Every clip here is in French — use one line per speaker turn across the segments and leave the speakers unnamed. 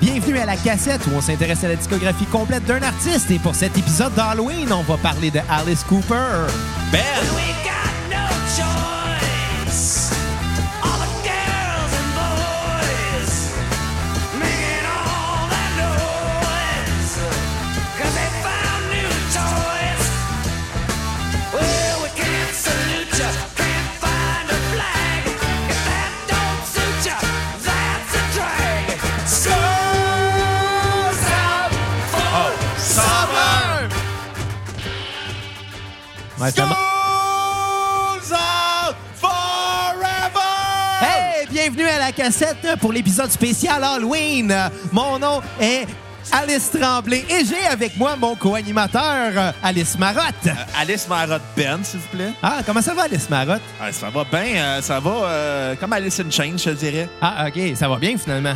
bienvenue à La Cassette où on s'intéresse à la discographie complète d'un artiste. Et pour cet épisode d'Halloween, on va parler de Alice Cooper.
Ben,
We got no choice. All the girls and boys making all that noise. 'Cause they found new toys. Well, we can't salute ya, can't find a flag. If that don't suit ya, that's a drag. Schools out for summer.
Ouais, je te demande-
Schools out forever!
Hey, bienvenue à La Cassette pour l'épisode spécial Halloween. Euh, Mon nom est Alice Tremblay et j'ai avec moi mon co-animateur euh, Alice Marotte.
Euh, Alice Marotte Ben, s'il vous plaît.
Ah, comment ça va Alice Marotte?
Ah, ça va bien, euh, ça va euh, comme Alice in Chains, je te dirais.
Ah, ok, ça va bien finalement.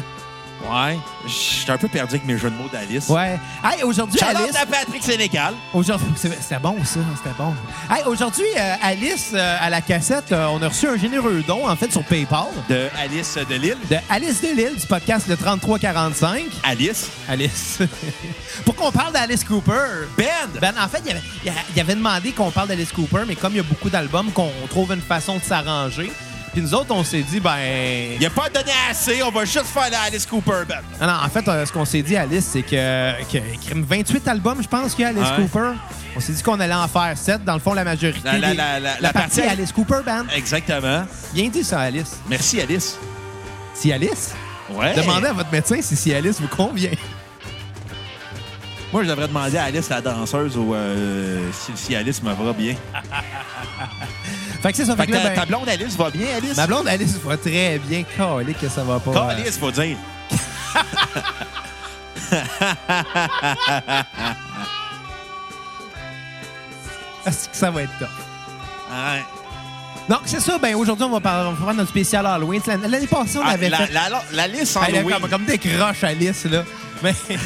Ouais, j'étais un peu perdu avec mes jeux de mots d'Alice.
Ouais. Hey, aujourd'hui,
Charlotte
Alice.
à Patrick Sénégal.
Aujourd'hui, c'est- c'était bon ça, c'était bon. Hey, aujourd'hui, euh, Alice euh, à la cassette, euh, on a reçu un généreux don en fait sur PayPal
De Alice de Lille.
de Alice Delille du podcast le 3345.
Alice.
Alice. Pour qu'on parle d'Alice Cooper.
Ben!
Ben, en fait, il avait, il a- il avait demandé qu'on parle d'Alice Cooper, mais comme il y a beaucoup d'albums, qu'on trouve une façon de s'arranger. Puis nous autres, on s'est dit, ben.
Il a pas donné assez, on va juste faire la Alice Cooper, Ben.
Ah non, en fait, euh, ce qu'on s'est dit, Alice, c'est que, que crime, 28 albums, je pense, qu'il y a Alice
Ouais.
Cooper. On s'est dit qu'on allait en faire 7. Dans le fond, la majorité.
La- la-
des-
la- la- la
partie,
partie- Euh.
Alice Cooper Band.
Exactement.
Bien dit, ça, Alice.
Merci, Alice.
Si Alice,
Ouais.
demandez à votre médecin si, si Alice vous convient.
Moi, je devrais demander à Alice, la danseuse, ou euh, si, si Alice me va bien.
Fait que c'est ça.
Fait
Fait
que
que là,
ta,
ben,
ta blonde, Alice, va bien, Alice?
ma blonde Alice va très bien. Calique que ça va pas.
Pas Alice, faut dire.
euh, est-ce que ça va être top?
Ouais.
Donc, c'est ça. Ben, aujourd'hui, on va parler, on va faire notre spécial Halloween. L'année l'année passée, on
Ah,
avait
la,
fait.
la, la, la Alice en
Elle a
Halloween.
comme, comme des croches, Alice, là. Mais. Tu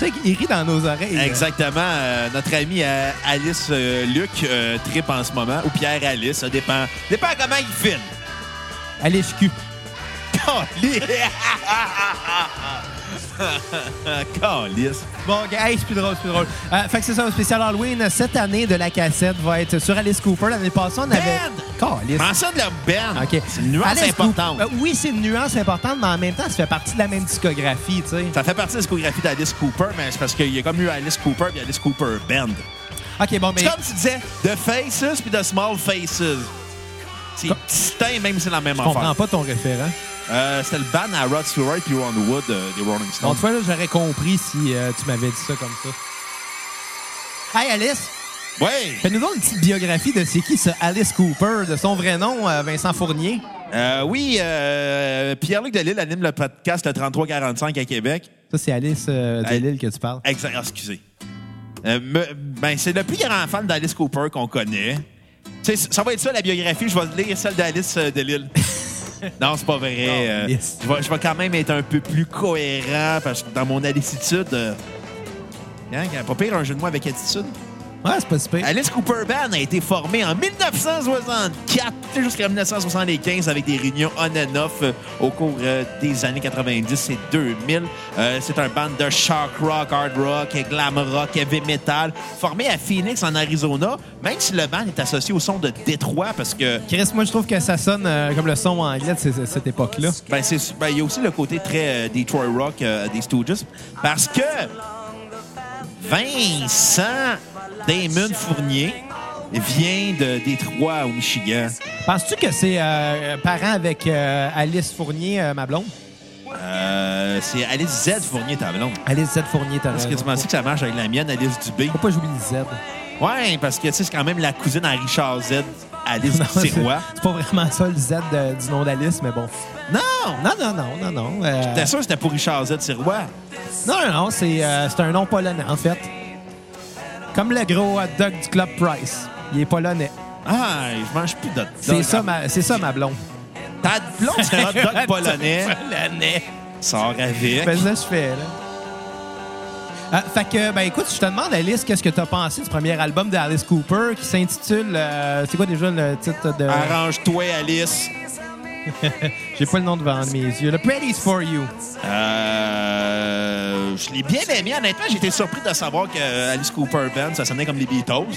sais qu'il rit dans nos oreilles. là.
Exactement. euh, notre ami euh, Alice euh, Luc euh, trippe en ce moment, ou Pierre Alice, ça dépend. Dépend comment il filme.
Alice Q.
Calice.
Bon, gars, hey, c'est plus drôle, c'est plus drôle. Euh, fait que c'est ça, le spécial Halloween. Cette année de la cassette va être sur Alice Cooper. L'année passée, on avait. Calice.
Mentionne le Ben.
OK.
C'est une nuance
Alice
importante.
Cooper- euh, oui, c'est une nuance importante, mais en même temps, ça fait partie de la même discographie, tu sais.
Ça fait partie de la discographie d'Alice Cooper, mais c'est parce qu'il y a comme eu Alice Cooper et Alice Cooper Band.
OK, bon, mais.
C'est comme tu disais, The Faces puis The Small Faces. C'est
Com-
distinct, même si c'est la même
Je comprends
affaire.
pas ton référent.
Euh, C'était le band à Rod Stewart puis Ron Wood euh, des Rolling
Bon,
Stones.
tu vois, là, j'aurais compris si euh, tu m'avais dit ça comme ça. Hey, Alice!
Ouais.
Fais-nous donc une petite biographie de c'est qui ce Alice Cooper, de son vrai nom, euh, Vincent Fournier.
Euh, oui, euh, Pierre-Luc Delille anime le podcast Le 3345 à Québec.
Ça, c'est Alice euh,
Hey.
Delille que tu parles.
Exa- ah, excusez. Euh, me- ben, c'est le plus grand fan d'Alice Cooper qu'on connaît. Tu sais, ça va être ça, la biographie. Je vais lire celle d'Alice euh, Delille. non, c'est pas vrai. euh,
yes.
je, vais, je vais quand même être un peu plus cohérent parce que dans mon attitude... euh, hein, pas pire un jeu de mots avec attitude.
Ouais, c'est pas super.
Alice Cooper Band a été formée en 1964 jusqu'en 1975 avec des réunions on and off euh, au cours euh, des années 90 et 2000. Euh, c'est un band de shock rock, hard rock, et glam rock, heavy metal, formé à Phoenix en Arizona, même si le band est associé au son de Détroit parce que
Chris, moi, je trouve que ça sonne euh, comme le son anglais de ces- cette époque-là.
ben c'est ben, il y a aussi le côté très euh, Detroit rock euh, des Stooges parce que Vincent Damon Fournier vient de Détroit au Michigan.
Penses-tu que c'est euh, parent avec euh, Alice Fournier, euh, ma blonde?
Euh, c'est Alice Z Fournier ta blonde.
Alice Z Fournier, t'as
Est-ce
raison.
que tu pensais que ça marche avec la mienne, Alice Dubé?
Faut pas j'oublie Z.
Ouais, parce que tu sais, c'est quand même la cousine à Richard Z, Alice
Non, c'est
Tirois.
c'est pas vraiment ça, le Z de- du nom d'Alice, mais bon.
Non!
Non, non, non, non, non. euh,
T'es sûr que c'était pour Richard Z Tirois?
Non, non, non, c'est euh, c'est un nom polonais, en fait. Comme le gros hot dog du Club Price. Il est polonais.
Ah, je mange plus de
C'est ça, ma, c'est ça, ma blonde.
Ta blonde, c'est un hot dog polonais.
polonais.
Sors avec.
Ben, ça, je fais, là. Euh, fait que, ben écoute, je te demande, Alice, qu'est-ce que t'as pensé du premier album d'Alice Cooper qui s'intitule... euh, c'est quoi déjà le titre de...
Arrange-toi, Alice.
J'ai pas le nom devant mes yeux. Le Pretty's for You.
Euh, je l'ai bien aimé. Honnêtement, j'étais surpris de savoir que euh, Alice Cooper Band, ça sonnait comme les Beatles.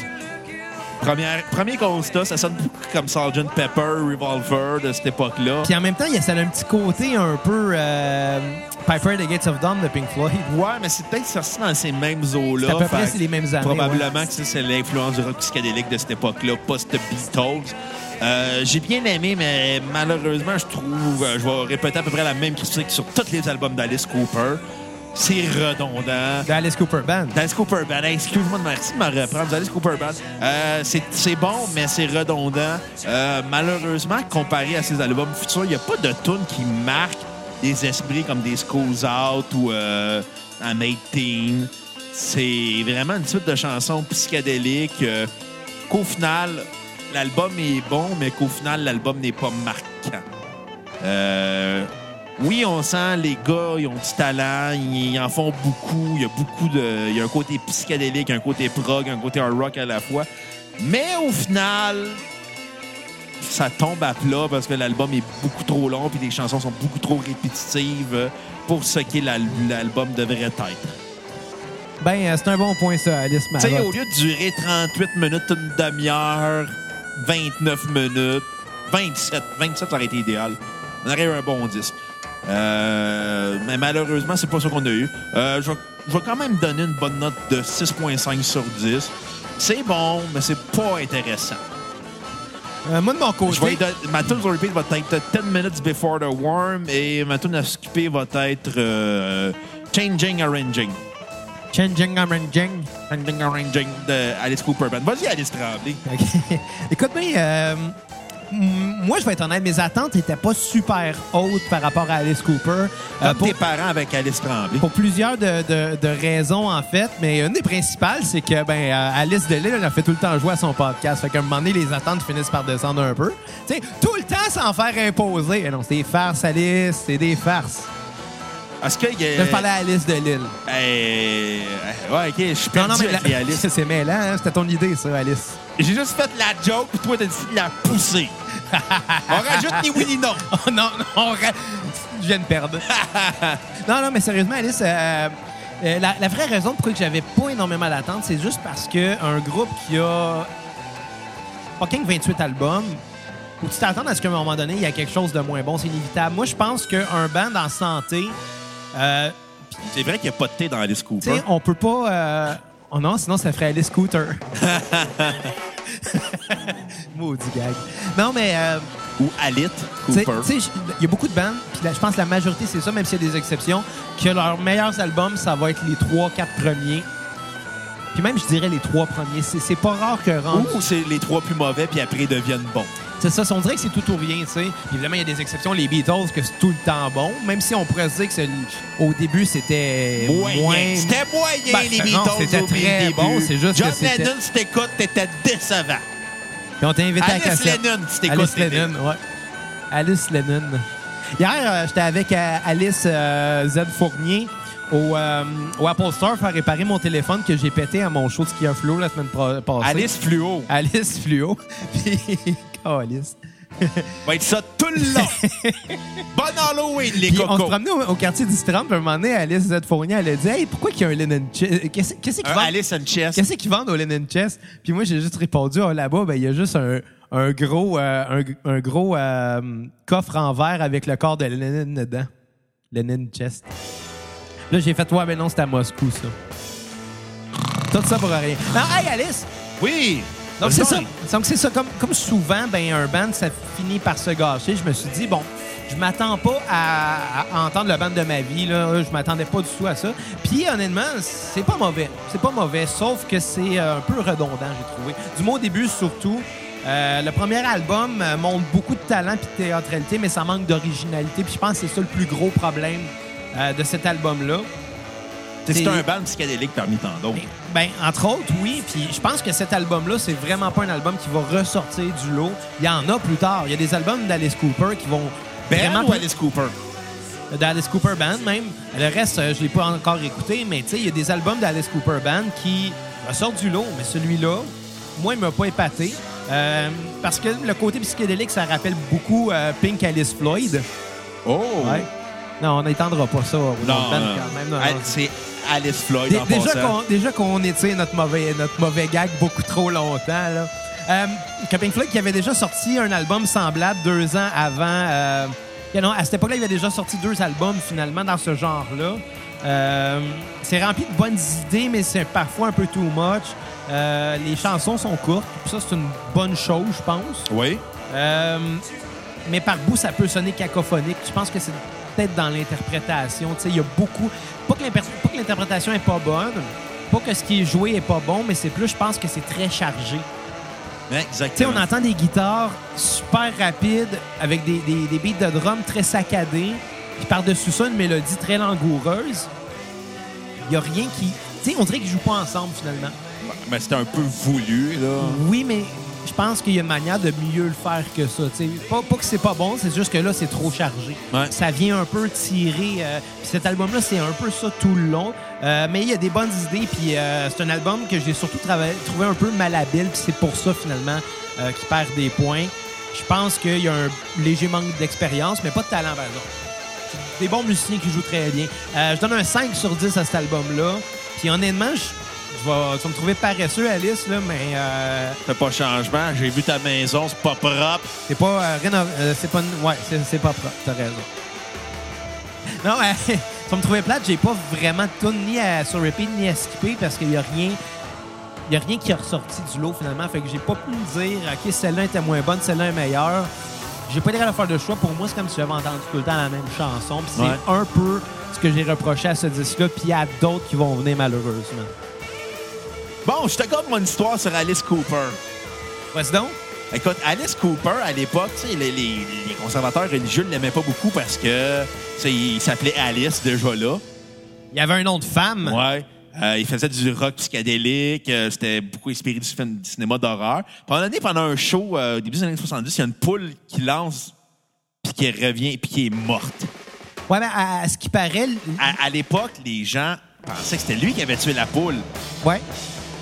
Première- premier constat, ça sonne beaucoup comme Sgt. Pepper, Revolver de cette époque-là.
Puis en même temps, il y a ça a un petit côté un peu euh, Piper at the Gates of Dawn de Pink Floyd.
Ouais, mais c'est peut-être sorti dans ces mêmes eaux-là.
C'est à peu près,
Fait
c'est les mêmes années,
Probablement
ouais.
que ça, c'est l'influence du rock psychédélique de cette époque-là, post-Beatles. Euh, J'ai bien aimé, mais malheureusement, je trouve, euh, je vais répéter à peu près la même critique sur tous les albums d'Alice Cooper. C'est redondant.
De Alice Cooper Band.
Alice Cooper Band, hey, excuse-moi de merci de me reprendre. Alice Cooper Band, euh, c'est c'est bon, mais c'est redondant. Euh, malheureusement, comparé à ses albums futurs, il n'y a pas de tunes qui marquent des esprits comme des Schools Out ou euh, I'm 18. C'est vraiment une suite de chansons psychédéliques euh, qu'au final, l'album est bon, mais qu'au final, l'album n'est pas marquant. Euh, oui, on sent les gars, ils ont du talent, ils en font beaucoup. Il y a beaucoup de. Il y a un côté psychédélique, un côté prog, un côté hard rock à la fois. Mais au final, ça tombe à plat parce que l'album est beaucoup trop long puis les chansons sont beaucoup trop répétitives pour ce qu'est l'al- l'album devrait être.
Ben, euh, c'est un bon point, ça, Alice
Tu sais, au
Marotte.
lieu de durer 38 minutes, une demi-heure, 29 minutes, 27, 27 ça aurait été idéal. On aurait eu un bon disque. Euh, mais malheureusement, c'est pas ça qu'on a eu. Euh, je vais- je vais quand même donner une bonne note de 6.5 sur 10. C'est bon, mais c'est pas intéressant.
Euh, moi, de mon
Je vais
côté,
don- ma tune sur repeat va être 10 Minutes Before the Worm et ma tune à skipper va être euh, Changing Arranging.
Changing Arranging.
Changing Arranging de Alice Cooper Band. Vas-y, Alice Tremblay.
OK. Écoute, mais euh, m- moi, je vais être honnête, mes attentes n'étaient pas super hautes par rapport à Alice Cooper. Euh,
Comme
pour,
tes parents avec Alice Tremblay.
pour plusieurs de, de- de raisons, en fait, mais une des principales, c'est que ben, euh, Alice Delille, elle a fait tout le temps jouer à son podcast. Fait qu'à un moment donné, les attentes finissent par descendre un peu. Tu sais, tout le temps sans faire imposer. Eh non, c'est des farces, Alice, c'est des farces.
Est-ce qu'il y
Je
a...
parlais à Alice Delille.
Hey, euh, Ouais, OK, je suis
Non,
perdu
non, mais
avec
la-
les Alice.
c'est mêlant, hein? c'était ton idée, ça, Alice.
J'ai juste fait la joke, puis toi, t'as décidé de la pousser. On rajoute ni oui ni non.
Oh non, non, on ra- je viens de perdre. non, non, mais sérieusement, Alice, euh, euh, la, la vraie raison pourquoi que j'avais pas énormément d'attente, c'est juste parce que un groupe qui a fucking 28 albums, où tu t'attends à ce qu'à un moment donné, il y a quelque chose de moins bon, c'est inévitable. Moi, je pense qu'un band en santé, euh,
C'est vrai qu'il n'y a pas de thé dans Alice
tu sais,
Cooper.
on peut pas. euh, Oh non, sinon ça ferait aller scooter. Maudit gag. Non, mais. euh,
Ou Alit
tu sais-
Cooper.
tu sais, j- Il y a beaucoup de bandes, puis la- je pense que la majorité, c'est ça, même s'il y a des exceptions, que leurs meilleurs albums, ça va être les 3-4 premiers. Puis même, je dirais les trois premiers. C'est c'est pas rare que rendu.
Ou c'est les trois plus mauvais, puis après, ils deviennent bons.
C'est ça, on dirait que c'est tout ou rien, tu sais. Puis Évidemment, il y a des exceptions, les Beatles, que c'est tout le temps bon, même si on pourrait se dire que c'est- au début, c'était
Moyen.
moins.
C'était moyen,
Ben,
les
non,
Beatles.
c'était
au
très
début.
bon, c'est juste
John
que c'était-
Lennon, si t'écoutes, t'étais décevant.
Puis on t'a invité à la
Alice
cassette.
Lennon, si t'écoutes,
Alice
t'étais...
Lennon, ouais. Alice Lennon. Hier, euh, j'étais avec euh, Alice euh, Z Fournier au, euh, au Apple Store faire réparer mon téléphone que j'ai pété à mon show de ski and flow la semaine pro- passée.
Alice Fluo.
Alice Fluo. Puis, oh, Alice.
Va être ça tout le long. Bonne Halloween, les
Puis on se
cocos.
promenait au, au quartier du Stram, puis à un moment donné, Alice Z Fournier, elle a dit Hey, pourquoi qu'il y a un Lennon Chess Qu'est-ce qu'est-ce qu'ils
Un
vendent
Alice and Chess.
Qu'est-ce qu'ils vendent au Lennon Chess Puis moi, j'ai juste répondu Ah, là-bas, ben, il y a juste un, un gros, euh, un, un gros euh, coffre en verre avec le corps de Lennon dedans. Lennon Chest. Là, j'ai fait Ouais, mais non, c'est à Moscou, ça. Tout ça pour rien. Non, hey, Alice
Oui.
donc
Bonne
c'est ça.
journée.
Donc c'est ça. Comme, comme souvent, ben un band, ça finit par se gâcher. Je me suis dit, bon, je m'attends pas à, à entendre le band de ma vie. Là. Je m'attendais pas du tout à ça. Puis honnêtement, c'est pas mauvais. C'est pas mauvais, sauf que c'est euh, un peu redondant, j'ai trouvé. Du moins au début, surtout. euh, le premier album euh, montre beaucoup de talent et de théâtralité, mais ça manque d'originalité. Puis je pense que c'est ça le plus gros problème euh, de cet album-là.
C'est
C'est-
un band psychédélique parmi tant d'autres.
Ben, entre autres, oui. Puis je pense que cet album-là, c'est vraiment pas un album qui va ressortir du lot. Il y en a plus tard. Il y a des albums d'Alice Cooper qui vont
Ben
vraiment...
ou Alice Cooper?
D'Alice Cooper Band, même. Le reste, euh, je l'ai pas encore écouté, mais tu sais, il y a des albums d'Alice Cooper Band qui ressortent du lot. Mais celui-là, moi, il m'a pas épaté. Euh, parce que le côté psychédélique, ça rappelle beaucoup euh, Pink Alice Floyd.
Oh!
Ouais. Non, on n'étendra pas ça. au nom de
Non,
Ben,
non.
quand même. non,
Al-
non.
c'est Alice Floyd
Dé-
en
déjà
passant.
qu'on- Déjà qu'on étire notre mauvais, notre mauvais gag beaucoup trop longtemps. Là. Euh, que Pink Floyd qui avait déjà sorti un album semblable deux ans avant. euh, que non, à cette époque-là, il avait déjà sorti deux albums finalement dans ce genre-là. Euh, c'est rempli de bonnes idées, mais c'est parfois un peu too much. Euh, les chansons sont courtes, puis ça c'est une bonne chose, je pense.
Oui.
Euh, mais par bout, ça peut sonner cacophonique. Je pense que c'est peut-être dans l'interprétation. Tu sais, il y a beaucoup. Pas que l'imper- pas que l'interprétation est pas bonne, pas que ce qui est joué est pas bon, mais c'est plus, je pense que c'est très chargé. Tu
Ouais,
sais,
Exactement.
on entend des guitares super rapides avec des, des- des beats de drum très saccadés, puis par-dessus ça, une mélodie très langoureuse. Il y a rien qui. Tu sais, on dirait qu'ils jouent pas ensemble finalement.
Mais c'était un peu voulu, là.
Oui, mais je pense qu'il y a une manière de mieux le faire que ça. tu sais. Pas, pas que c'est pas bon, c'est juste que là, c'est trop chargé.
Ouais.
Ça vient un peu tirer. euh, puis cet album-là, c'est un peu ça tout le long. Euh, mais il y a des bonnes idées. Puis euh, c'est un album que j'ai surtout trava- trouvé un peu malhabile. Puis c'est pour ça, finalement, euh, qu'il perd des points. Je pense qu'il y a un léger manque d'expérience, mais pas de talent, par exemple. C'est Des bons musiciens qui jouent très bien. Euh, je donne un 5 sur 10 à cet album-là. Puis honnêtement, je, je vais, tu vas me trouver paresseux, Alice, là, mais euh,
T'as pas changement. J'ai vu ta maison, c'est pas propre.
c'est pas euh, rénov- euh, c'est pas une- ouais, c'est, c'est pas propre, t'as raison. Non, euh, tu vas me trouver plate, j'ai pas vraiment de tune ni à sur repeat ni à skipper parce qu'il y a rien il y a rien qui est ressorti du lot finalement, fait que j'ai pas pu me dire OK, celle-là était moins bonne, celle-là est meilleure. J'ai pas été capable de faire de choix. Pour moi, c'est comme si j'avais entendu tout le temps la même chanson. Puis c'est
Ouais.
un peu ce que j'ai reproché à ce disque-là, puis à d'autres qui vont venir malheureusement.
Bon, je te compte mon histoire sur Alice Cooper.
Voici donc.
Écoute, Alice Cooper, à l'époque, tu sais, les, les- les conservateurs religieux ne l'aimaient pas beaucoup parce que tu sais, il s'appelait Alice déjà là.
Il y avait un nom de femme.
Ouais. Euh, il faisait du rock psychédélique. euh, c'était beaucoup inspiré du, film, du cinéma d'horreur. Pendant l'année, pendant un show euh, au début des années 70, il y a une poule qui lance puis qui revient puis qui est morte.
Ouais, mais à, à ce qui paraît. l-
À, à l'époque, les gens pensaient que c'était lui qui avait tué la poule.
Ouais.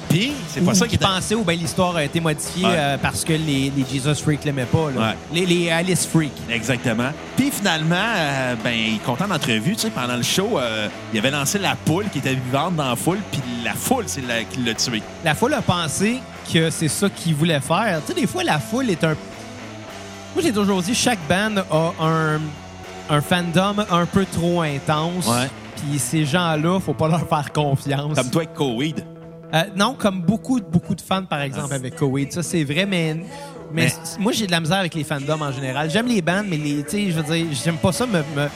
Puis, c'est pas
Ou
ça qui
qui
était...
pensait ou bien l'histoire a été modifiée
Ouais.
euh, parce que les, les Jesus Freak l'aimaient pas. là.
Ouais.
Les, les Alice Freak.
Exactement. Puis finalement, euh, ben, content d'entrevue, tu sais, pendant le show, euh, il avait lancé la poule qui était vivante dans la foule, puis la foule, c'est la qui l'a tué.
La foule a pensé que c'est ça qu'ils voulaient faire. Tu sais, des fois, la foule est un. Moi, j'ai toujours dit chaque band a un, un fandom un peu trop intense.
Ouais.
Puis ces gens-là, faut pas leur faire confiance.
Comme toi avec Coweed.
Euh, non, comme beaucoup, beaucoup de fans, par exemple,
Ah.
avec Koweïd. Ça, c'est vrai, mais, mais,
Mais-
c- moi, j'ai de la misère avec les fandoms en général. J'aime les bandes, mais les, tu sais, je veux dire, j'aime pas ça me, me,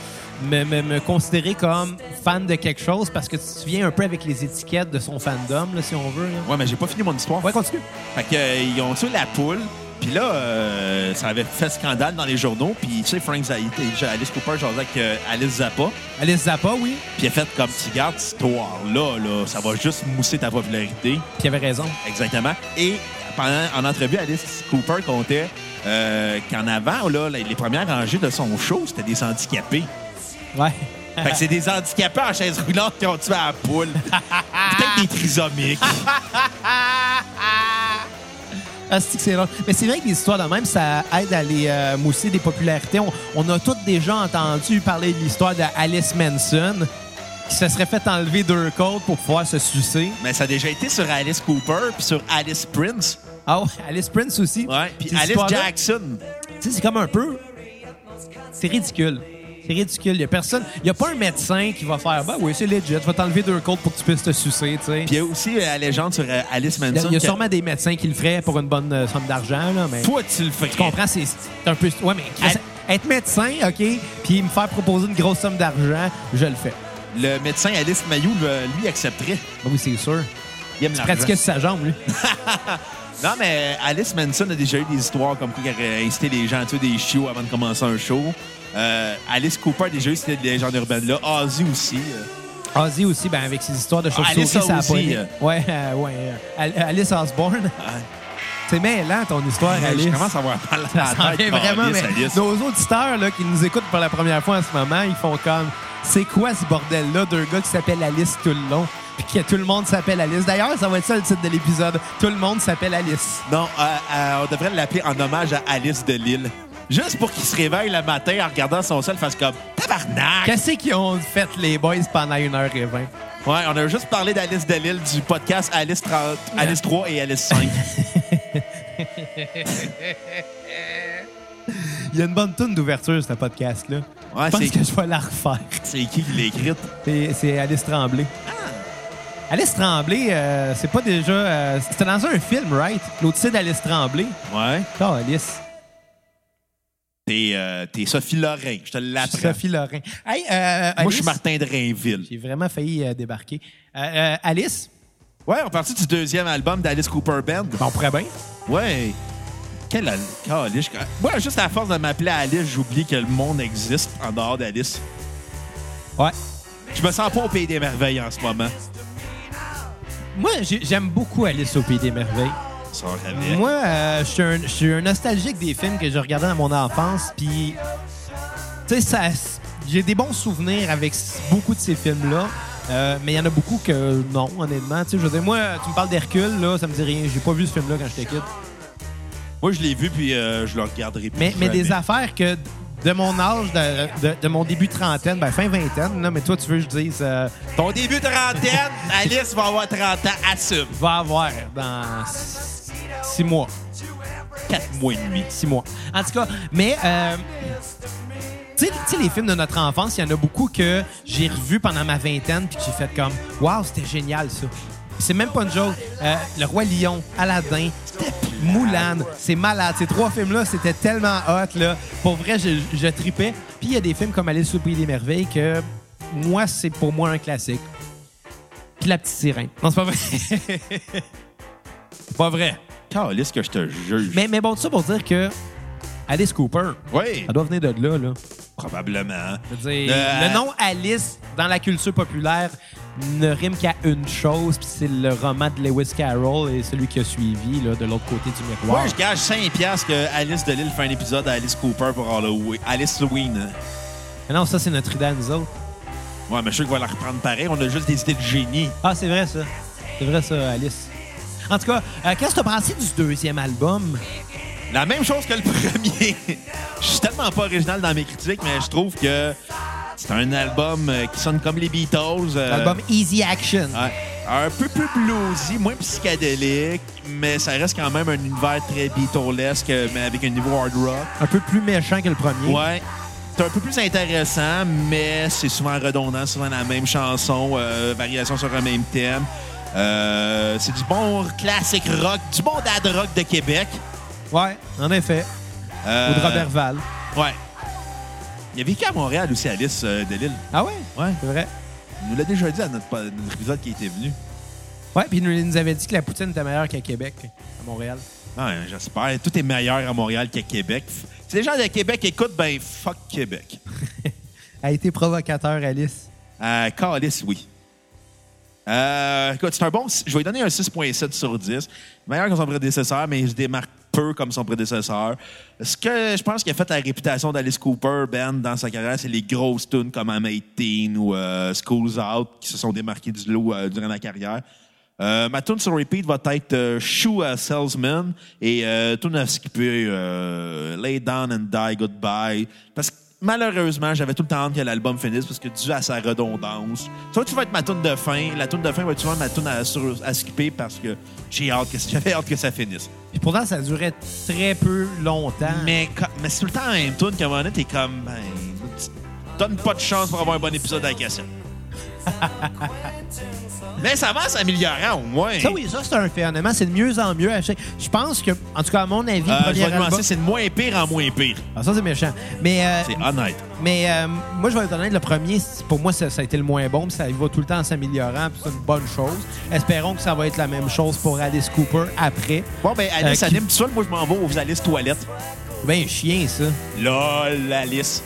me, me- me considérer comme fan de quelque chose parce que tu te viens un peu avec les étiquettes de son fandom, là, si on veut. là.
Ouais, mais j'ai pas fini mon histoire.
Ouais, continue.
Fait que, euh, ils ont tué la poule. Puis là, euh, ça avait fait scandale dans les journaux. Puis, tu sais, Frank Zaït et Alice Cooper, genre avec euh, Alice Zappa.
Alice Zappa, oui.
Puis, il a fait comme, tu gardes cette histoire-là, là, ça va juste mousser ta popularité.
Puis il avait raison.
Exactement. Et pendant, en entrevue, Alice Cooper comptait euh, qu'en avant, là, les les premières rangées de son show, c'était des handicapés.
Ouais.
Fait que c'est des handicapés en chaise roulante qui ont tué la poule. Peut-être des trisomiques.
Ah, c'est que c'est drôle. Mais c'est vrai que les histoires de même, ça aide à les euh, mousser des popularités. On, on a toutes déjà entendu parler de l'histoire de Alice Manson, qui se serait fait enlever deux côtes pour pouvoir se sucer.
Mais ça a déjà été sur Alice Cooper puis sur Alice Prince.
Ah ouais, Alice Prince aussi.
Ouais. Puis
Ces
Alice
histoires-là,
Jackson.
Tu sais, c'est comme un peu. C'est ridicule. C'est ridicule. Il y a personne. Il y a pas un médecin qui va faire. Bah oui, c'est legit. Je vais t'enlever deux côtes pour que tu puisses te sucer, tu sais.
Puis il y a aussi euh, la légende sur euh, Alice
Il y a-
Manson.
il y a
que-
sûrement des médecins qui le feraient pour une bonne euh, somme d'argent, là, mais.
Toi, tu le ferais.
Je comprends, c'est c'est un peu. Ouais, mais Chris, être médecin, OK, puis me faire proposer une grosse somme d'argent, je le fais.
Le médecin Alice Mayou, le- lui, accepterait.
Ben oui, c'est sûr.
Il aime l'argent.
Pratiquer sur sa jambe, lui.
Non, mais euh, Alice Manson a déjà eu des histoires comme quoi elle a incité les gens à tuer des chiots avant de commencer un show. Euh, Alice Cooper a déjà eu cette légende urbaine-là. Ozzy aussi. euh.
Ozzy aussi, ben avec ses histoires de chauves-souris,
Ah, Alice
ça a
aussi,
pas aidé.
euh.
Ouais, euh, ouais. euh, Al- Alice Osborne. C'est mêlant, ton histoire, Alice.
Je commence à avoir mal à
Ça
la
s'en
tête.
vient vraiment,
Alice,
mais
Alice.
nos auditeurs là, qui nous écoutent pour la première fois en ce moment, ils font comme c'est quoi ce bordel-là d'un gars qui s'appelle Alice tout le long? puis que tout le monde s'appelle Alice. D'ailleurs, ça va être ça le titre de l'épisode. Tout le monde s'appelle Alice.
Non, euh, euh, on devrait l'appeler en hommage à Alice de Lille. Juste pour qu'il se réveille le matin en regardant son sol, fasse comme tabarnak.
Qu'est-ce qu'ils ont fait les boys pendant 1h20?
Ouais, on a juste parlé d'Alice de Lille du podcast Alice 30, Alice 3 et Alice 5.
Il y a une bonne toune d'ouverture, ce podcast-là.
Ouais,
je pense
c'est-
que je vais la refaire.
C'est qui qui l'a écrite?
C'est c'est Alice Tremblay. Alice Tremblay, euh, c'est pas déjà... euh, C'était dans un film, right? L'autre d'Alice Tremblay.
Ouais.
Oh, Alice.
T'es euh, t'es Sophie Lorrain, je te l'apprends.
Sophie Lorrain. Hey, euh,
Moi,
Alice,
je suis Martin Drainville.
J'ai vraiment failli euh, débarquer. Euh, euh, Alice?
Ouais, on partit du deuxième album d'Alice Cooper Band.
Ben, on pourrait bien.
Ouais. Quelle al- Caliste, je- Moi, juste à force de m'appeler Alice, j'oublie que le monde existe en dehors d'Alice.
Ouais.
Je me sens pas au pays des merveilles en ce moment.
Moi, j'ai- j'aime beaucoup Alice au Pays des Merveilles.
Sans rabais.
Moi, euh, je suis un- je suis un, nostalgique des films que je regardais dans mon enfance. Puis, tu sais, ça- j'ai des bons souvenirs avec s- beaucoup de ces films-là. Euh, mais il y en a beaucoup que non, honnêtement. Tu sais, je veux dire, moi, tu me parles d'Hercule, là, ça me dit rien. J'ai pas vu ce film-là quand j'étais kid.
Moi, je l'ai vu, puis euh, je le regarderai plus.
Mais, mais des
jamais.
affaires que de mon âge, de, de- de mon début trentaine, ben fin vingtaine, là, mais toi, tu veux que je dise, euh,
Ton début trentaine, Alice va avoir 30 ans, assume.
va avoir dans s- six mois.
4 mois et demi.
six mois. En tout cas, mais euh, tu sais- tu sais, les films de notre enfance, il y en a beaucoup que j'ai revus pendant ma vingtaine puis que j'ai fait comme Waouh, c'était génial ça. C'est même pas une joke. Euh, Le Roi Lion, Aladdin, Moulin, c'est malade. Ces trois films-là, c'était tellement hot. Là. Pour vrai, je, je tripais. Puis il y a des films comme Alice au Pays des Merveilles que moi, c'est pour moi un classique. Puis La Petite Sirène. Non, c'est pas vrai. C'est pas vrai.
Caliste que je te juge.
Mais, mais bon, tout ça pour dire que Alice Cooper,
Oui,
ça doit venir de là, là.
probablement.
Ah, Je veux dire,
Euh,
le nom Alice dans la culture populaire ne rime qu'à une chose, puis c'est le roman de Lewis Carroll et celui qui a suivi là, de l'autre côté du miroir.
Moi, je gage 5 piastres que Alice de Lille fait un épisode à Alice Cooper pour Halloween. Alice Halloween.
Mais non, ça, c'est notre idée à nous autres.
Ouais, mais je suis sûr qu'il va la reprendre pareil. On a juste des idées de génie.
Ah, c'est vrai, ça. C'est vrai, ça, Alice. En tout cas, euh, qu'est-ce que t'as pensé du deuxième album?
Euh. La même chose que le premier. Je suis tellement pas original dans mes critiques, mais je trouve que c'est un album euh, qui sonne comme les Beatles. euh,
L'album Easy Action.
ouais, un peu plus bluesy, moins psychédélique, mais ça reste quand même un univers très Beatlesque, euh, mais avec un niveau hard rock.
Un peu plus méchant que le premier.
Ouais. C'est un peu plus intéressant, mais c'est souvent redondant, souvent la même chanson, euh, variation sur un même thème. Euh, c'est du bon classique rock, du bon dad rock de Québec.
Ouais, en effet.
Euh,
Ou de Robert Val.
Ouais. Il a vécu à Montréal aussi, Alice euh, de Lille.
Ah ouais?
Ouais.
C'est vrai.
Il nous l'a déjà dit à notre, po- notre épisode qui était venu.
Ouais, puis il nous, il nous avait dit que la poutine était meilleure qu'à Québec, à Montréal.
Ouais, j'espère. Tout est meilleur à Montréal qu'à Québec. Si les gens de Québec écoutent, ben fuck Québec.
a été provocateur, Alice.
Euh, Calice, oui. Euh, écoute, c'est un bon. Je vais lui donner un 6,7 sur 10. Meilleur que son prédécesseur, mais il se démarque peu comme son prédécesseur. Ce que je pense qu'il a fait à la réputation d'Alice Cooper, Ben, dans sa carrière, c'est les grosses tunes comme I'm 18 ou euh, School's Out qui se sont démarquées du lot euh, durant la carrière. Euh, ma tune sur repeat va être euh, Shoe a Salesman et euh, tune à skipper euh, Lay Down and Die Goodbye. Parce que malheureusement, j'avais tout le temps hâte que l'album finisse parce que dû à sa redondance, soit tu vas être ma tune de fin, la tune de fin va être souvent ma tune à, sur- à skipper parce que j'ai hâte que j'avais hâte que ça finisse.
Puis pourtant, ça durait très peu longtemps.
Mais, co- mais c'est tout le temps la même tune qu'à un moment donné, t'es comme ben, tu- donne pas de chance pour avoir un bon épisode à la cassette. mais ça va s'améliorant au moins.
Ça, oui, ça, c'est un fait. Honnêtement, c'est de mieux en mieux. à chaque- Je pense que, en tout cas, à mon avis, le
Euh, je
premier
vais nuancer,
album...
c'est de moins pire en moins pire.
Ah, ça, c'est méchant. Mais, euh,
C'est honnête.
mais euh, moi, je vais être honnête, le premier, c'est- pour moi, ça, ça a été le moins bon. puis Ça il va tout le temps en s'améliorant. puis C'est une bonne chose. Espérons que ça va être la même chose pour Alice Cooper après.
Bon, ben, Alice,
Euh, qui-
anime tout seul. Moi, je m'en vais aux Alice Toilettes.
Ben, chien, ça.
LOL, Alice.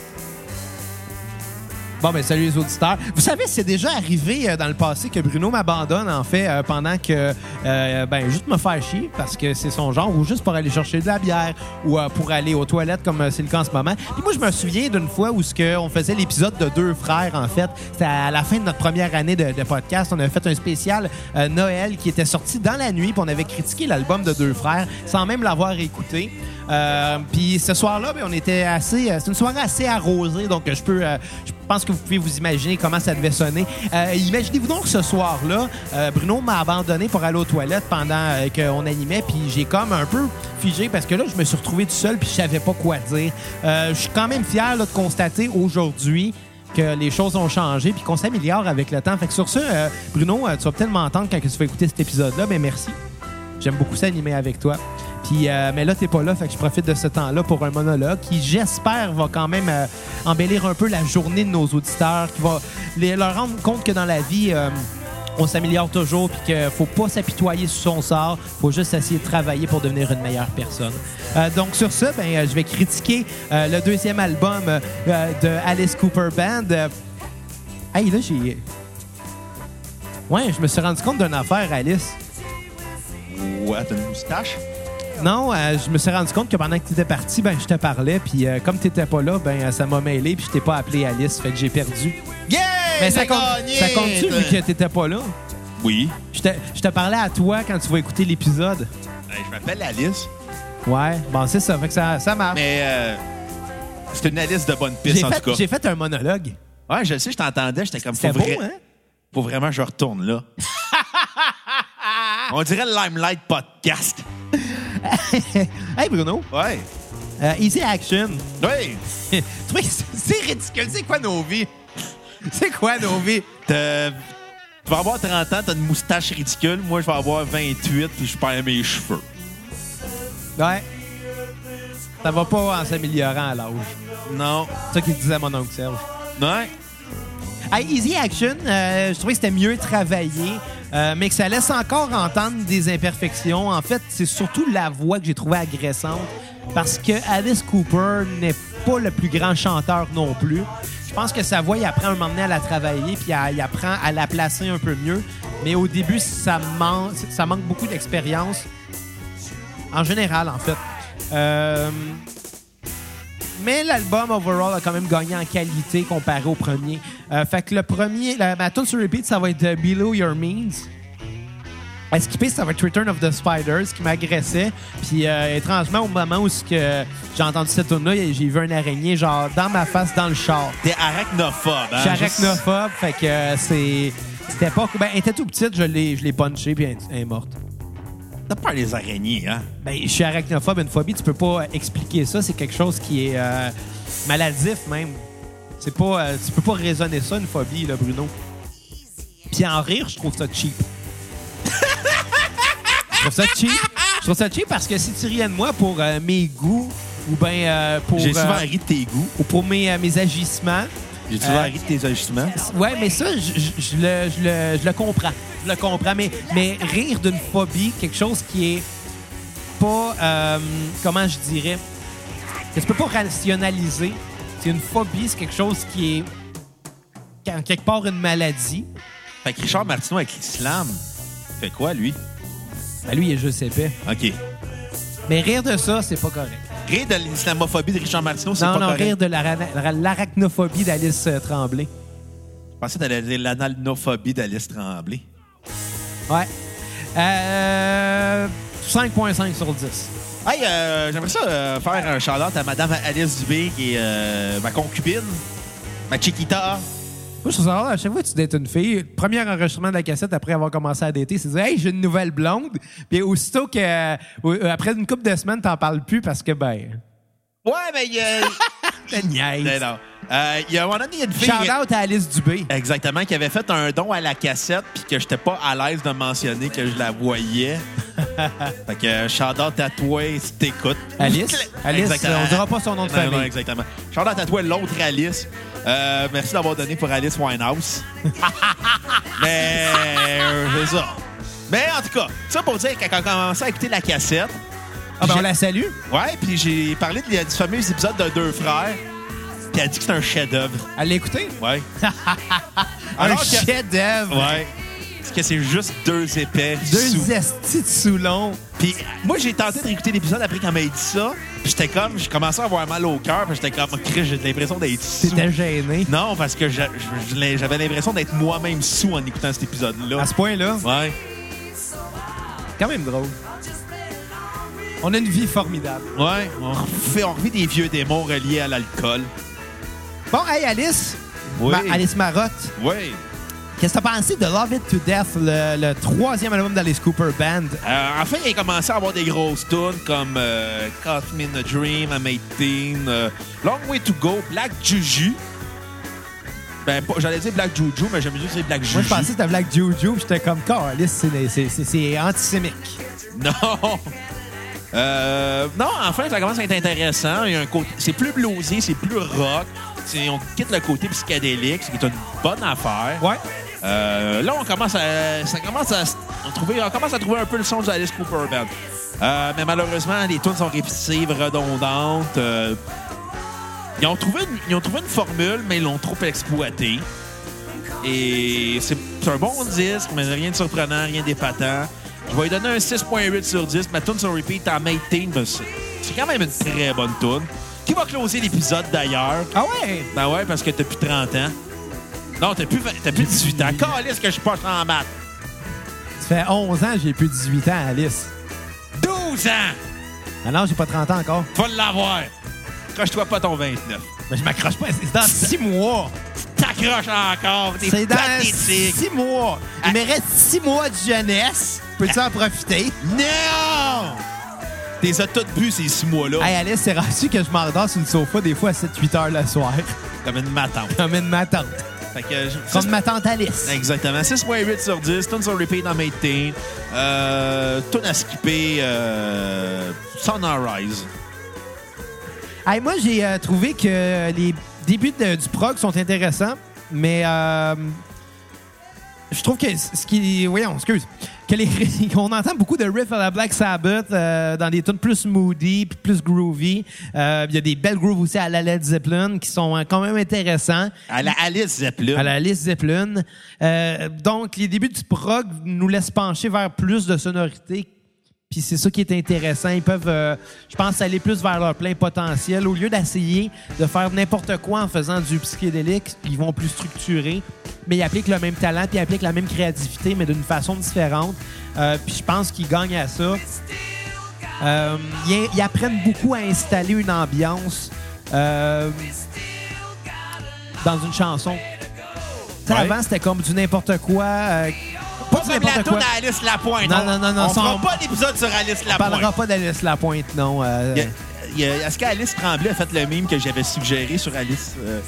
Bon, ben salut les auditeurs. Vous savez, c'est déjà arrivé euh, dans le passé que Bruno m'abandonne, en fait, euh, pendant que, euh, ben, juste me faire chier, parce que c'est son genre, ou juste pour aller chercher de la bière, ou euh, pour aller aux toilettes, comme euh, c'est le cas en ce moment. Puis moi, je me souviens d'une fois où ce que on faisait l'épisode de Deux Frères, en fait. C'était à la fin de notre première année de, de podcast. On avait fait un spécial euh, Noël qui était sorti dans la nuit, puis on avait critiqué l'album de Deux Frères sans même l'avoir écouté. Euh, puis ce soir-là, ben, on était assez. euh, c'est une soirée assez arrosée, donc euh, je peux. euh, je pense que vous pouvez vous imaginer comment ça devait sonner. Euh, Imaginez-vous donc ce soir-là, euh, Bruno m'a abandonné pour aller aux toilettes pendant euh, qu'on animait, puis j'ai comme un peu figé parce que là, je me suis retrouvé tout seul, puis je savais pas quoi dire. Euh, je suis quand même fier là, de constater aujourd'hui que les choses ont changé puis qu'on s'améliore avec le temps. Fait que sur ce, euh, Bruno, euh, tu vas peut-être m'entendre quand que tu vas écouter cet épisode-là, mais merci. J'aime beaucoup s'animer avec toi. Puis, euh, mais là, t'es pas là, fait que je profite de ce temps-là pour un monologue qui, j'espère, va quand même euh, embellir un peu la journée de nos auditeurs, qui va les- leur rendre compte que dans la vie, euh, on s'améliore toujours, puis qu'il faut pas s'apitoyer sur son sort, faut juste essayer de travailler pour devenir une meilleure personne. Euh, donc sur ce, ben, euh, je vais critiquer euh, le deuxième album euh, euh, de Alice Cooper Band. Euh, Hey, là, j'ai... Ouais, je me suis rendu compte d'une affaire, Alice.
Ouais, t'as une moustache?
Non, euh, je me suis rendu compte que pendant que tu étais parti, ben, je te parlais, puis euh, comme tu n'étais pas là, ben, euh, ça m'a mêlé, puis je t'ai pas appelé Alice, fait que j'ai perdu.
Yeah!
Mais ça
j'ai
compte,
gagné!
ça compte-tu vu que t'étais pas là?
Oui.
Je te, je te parlais à toi quand tu vas écouter l'épisode.
Euh, je m'appelle Alice,
Ouais, bon, c'est ça, fait que ça, ça marche.
mais euh, c'est une Alice de bonne
J'ai
piste, en
fait,
tout cas.
j'ai fait un monologue.
Ouais, je le sais, je t'entendais, j'étais comme...
C'était
faut
beau,
vrai-
hein?
Faut vraiment que je retourne là. On dirait le Limelight Podcast.
hey, Bruno,
Ouais.
euh, Easy Action.
Oui.
Tu vois, c'est c'est ridicule. C'est quoi nos vies? C'est quoi nos vies?
T'as- Tu vas avoir 30 ans, t'as une moustache ridicule. Moi, je vais avoir 28 puis je perds mes cheveux.
Ouais. Ça va pas en s'améliorant à l'âge.
Non.
C'est ça qu'il disait à mon oncle Serge.
Non?
Hey, Easy Action, euh, je trouvais que c'était mieux travaillé, euh, mais que ça laisse encore entendre des imperfections. En fait, c'est surtout la voix que j'ai trouvée agressante parce que Alice Cooper n'est pas le plus grand chanteur non plus. Je pense que sa voix, il apprend à un moment donné à la travailler puis à- il apprend à la placer un peu mieux. Mais au début, ça, man- ça manque beaucoup d'expérience. En général, en fait. Euh, mais l'album overall a quand même gagné en qualité comparé au premier. Euh, fait que le premier, la, ma tune sur repeat, ça va être euh, Below Your Means. À skipper, ça va être Return of the Spiders qui m'agressait. Puis euh, étrangement, au moment où ce que j'ai entendu cette tune là j'ai vu un araignée genre dans ma face, dans le char.
T'es arachnophobe. Hein?
Je suis arachnophobe, fait que euh, c'est. C'était pas. Ben, elle était tout petite, je l'ai, je l'ai punchée, puis elle elle est morte.
Juste- T'as peur des araignées, hein?
Ben, je suis arachnophobe, une phobie, tu peux pas euh, expliquer ça. C'est quelque chose qui est euh, maladif même. C'est pas, euh, tu peux pas raisonner ça, une phobie, là, Bruno. Puis en rire, je trouve ça cheap. je trouve ça cheap. Je trouve ça cheap parce que si tu riais de moi pour euh, mes goûts ou ben euh, pour,
J'ai souvent
euh,
ri de tes goûts.
ou pour mes, euh, mes agissements,
J'ai souvent
Euh,
ri de tes ajustements.
Ouais, mais ça, je, je- je le, je le- je le comprends. Je le comprends. Mais, mais rire d'une phobie, quelque chose qui est pas. euh, comment je dirais Que tu peux pas rationaliser. C'est une phobie, c'est quelque chose qui est. qui est En quelque part, une maladie.
Fait que Richard Martineau avec l'islam, fait quoi, lui?
Ben lui, il est juste épais.
OK.
Mais rire de ça, c'est pas correct.
Rire de l'islamophobie de Richard Martineau, c'est
Non,
pas
non,
correct.
rire de l'arana- l'arachnophobie d'Alice euh, Tremblay.
Je pensais que t'allais dire l'analnophobie d'Alice Tremblay.
Ouais. Euh, 5.5 sur 10.
Hey, euh, j'aimerais ça euh, faire un shout-out à Madame Alice Dubé, qui est euh, ma concubine, ma chiquita.
Moi, je trouve ça rare. À chaque fois que tu dates une fille, le premier enregistrement de la cassette après avoir commencé à dater, c'est de dire Hey, j'ai une nouvelle blonde. Puis aussitôt que, euh, euh, après une couple de semaines, t'en parles plus parce que, ben,
Ouais, mais euh, il y a...
t'es niaise.
Mais non. Euh, Il y a un moment donné, il y a une fille... euh,
Shout out à Alice Dubé.
Exactement, qui avait fait un don à la cassette, puis que j'étais pas à l'aise de mentionner que je la voyais. fait que shout-out à toi si t'écoutes.
Alice? Alice,
Exactement.
on dira pas son nom de
Non, non,
famille.
non, exactement. Shout-out à toi, l'autre Alice. Euh, merci d'avoir donné pour Alice Winehouse. Mais euh, c'est ça. Mais en tout cas, ça pour dire que quand on commençait à écouter la cassette,
Ah, ben,
j'ai-
on la salue.
Ouais, puis j'ai parlé de- du fameux épisode de Deux Frères. Puis elle dit que c'est un chef-d'œuvre.
À l'écouter?
Ouais.
Un
Alors que-
chef-d'œuvre.
Ouais. Parce que c'est juste deux épais. sous-
Deux estis de Soulon.
Puis moi, j'ai tenté de réécouter l'épisode après quand m'a dit ça. Puis j'étais comme, je commençais à avoir mal au cœur. Puis j'étais comme, Oh, Christ, j'ai l'impression d'être sous.
T'étais gêné.
Non, parce que j'a- je- je l'ai- j'avais l'impression d'être moi-même sous en écoutant cet épisode-là.
À ce point-là,
Ouais.
c'est quand même drôle. On a une vie formidable.
Ouais. On refait, on revit des vieux démons reliés à l'alcool.
Bon, hey Alice.
Oui.
Ma- Alice Marotte.
Ouais.
Qu'est-ce que t'as pensé de Love It to Death, le, le troisième album d'Alice Cooper Band?
Euh, enfin, il a commencé à avoir des grosses tunes comme euh, Caught Me in a Dream, I'm 18, euh, Long Way to Go, Black Juju. Ben, pas- j'allais dire Black Juju, mais j'aime juste dire Black Juju.
Moi, je pensais que c'était Black Juju, puis j'étais comme, Alice, c'est- c'est- c'est c'est antisémique.
Non! Euh, non, enfin, ça commence à être intéressant. Il y a un côté, c'est plus bluesy, c'est plus rock. C'est- on quitte le côté psychédélique, ce qui est une bonne affaire.
Ouais.
Euh, là, on commence à, ça commence à s- on trouver, on commence à trouver un peu le son du Alice Cooper Band. Euh, mais malheureusement, les tunes sont répétitives, redondantes. euh, ils ont trouvé, une, ils ont trouvé une formule, mais ils l'ont trop exploitée. Et c'est c'est un bon disque, mais rien de surprenant, rien d'épatant. Je vais lui donner un 6.8 sur 10. Ma tune sur repeat en 18, mais c'est c'est quand même une très bonne tune. Qui va closer l'épisode d'ailleurs?
Ah ouais?
Ben ouais, parce que t'as plus 30 ans. Non, t'as plus, vingt- t'as plus 18 ans. Calisse que je suis pas en maths.
Ça fait 11 ans, j'ai plus 18 ans, Alice.
12 ans!
Ah non, j'ai pas 30 ans encore.
Tu vas l'avoir. Accroche-toi pas ton 29.
Mais je m'accroche pas, c'est dans 6 mois.
T'accroches encore. T'es
C'est dans
pathétique.
6 mois. Il me reste 6 mois de jeunesse. Peux-tu en profiter?
Non! T'es as toutes bu ces 6 mois-là.
Hey Alice, c'est rendu que je m'endors sur le sofa des fois à 7-8 heures le soir.
Comme une matante.
Comme une ma tante.
Fait que... je-
Comme ma tante Alice.
Exactement. 6.8 sur 10. Tune sur repeat en 18. Euh, tune à skipper. Euh, Sunrise.
Hey, moi, j'ai euh, trouvé que les débuts de- du prog sont intéressants, mais euh, je trouve que c- ce qui. Oui, on excuse. Que les, on entend beaucoup de riffs à la Black Sabbath euh, dans des tunes plus moody puis plus groovy. Euh, Il y a des belles grooves aussi à la Led Zeppelin qui sont euh, quand même intéressants
À la Alice Zeppelin.
à la liste Zeppelin. Euh, donc, les débuts du prog nous laissent pencher vers plus de sonorité. Puis c'est ça qui est intéressant. Ils peuvent, euh, je pense, aller plus vers leur plein potentiel. Au lieu d'essayer de faire n'importe quoi en faisant du psychédélique, ils vont plus structurer. Mais ils appliquent le même talent, puis ils appliquent la même créativité, mais d'une façon différente. Euh, puis je pense qu'ils gagnent à ça. Euh, ils, ils apprennent beaucoup à installer une ambiance euh, dans une chanson. Tu sais,
Ouais.
Avant, c'était comme du n'importe quoi. euh, pas du
Comme la
n'importe quoi.
toune à Alice Lapointe.
Non,
On-
non, non, non,
On
ça,
fera
on-
pas d'épisode sur Alice
On parlera
Lapointe.
pas d'Alice Lapointe, non. euh,
Il y a- il y a- Est-ce qu'Alice Tremblay a fait le mime que j'avais suggéré sur Alice? euh,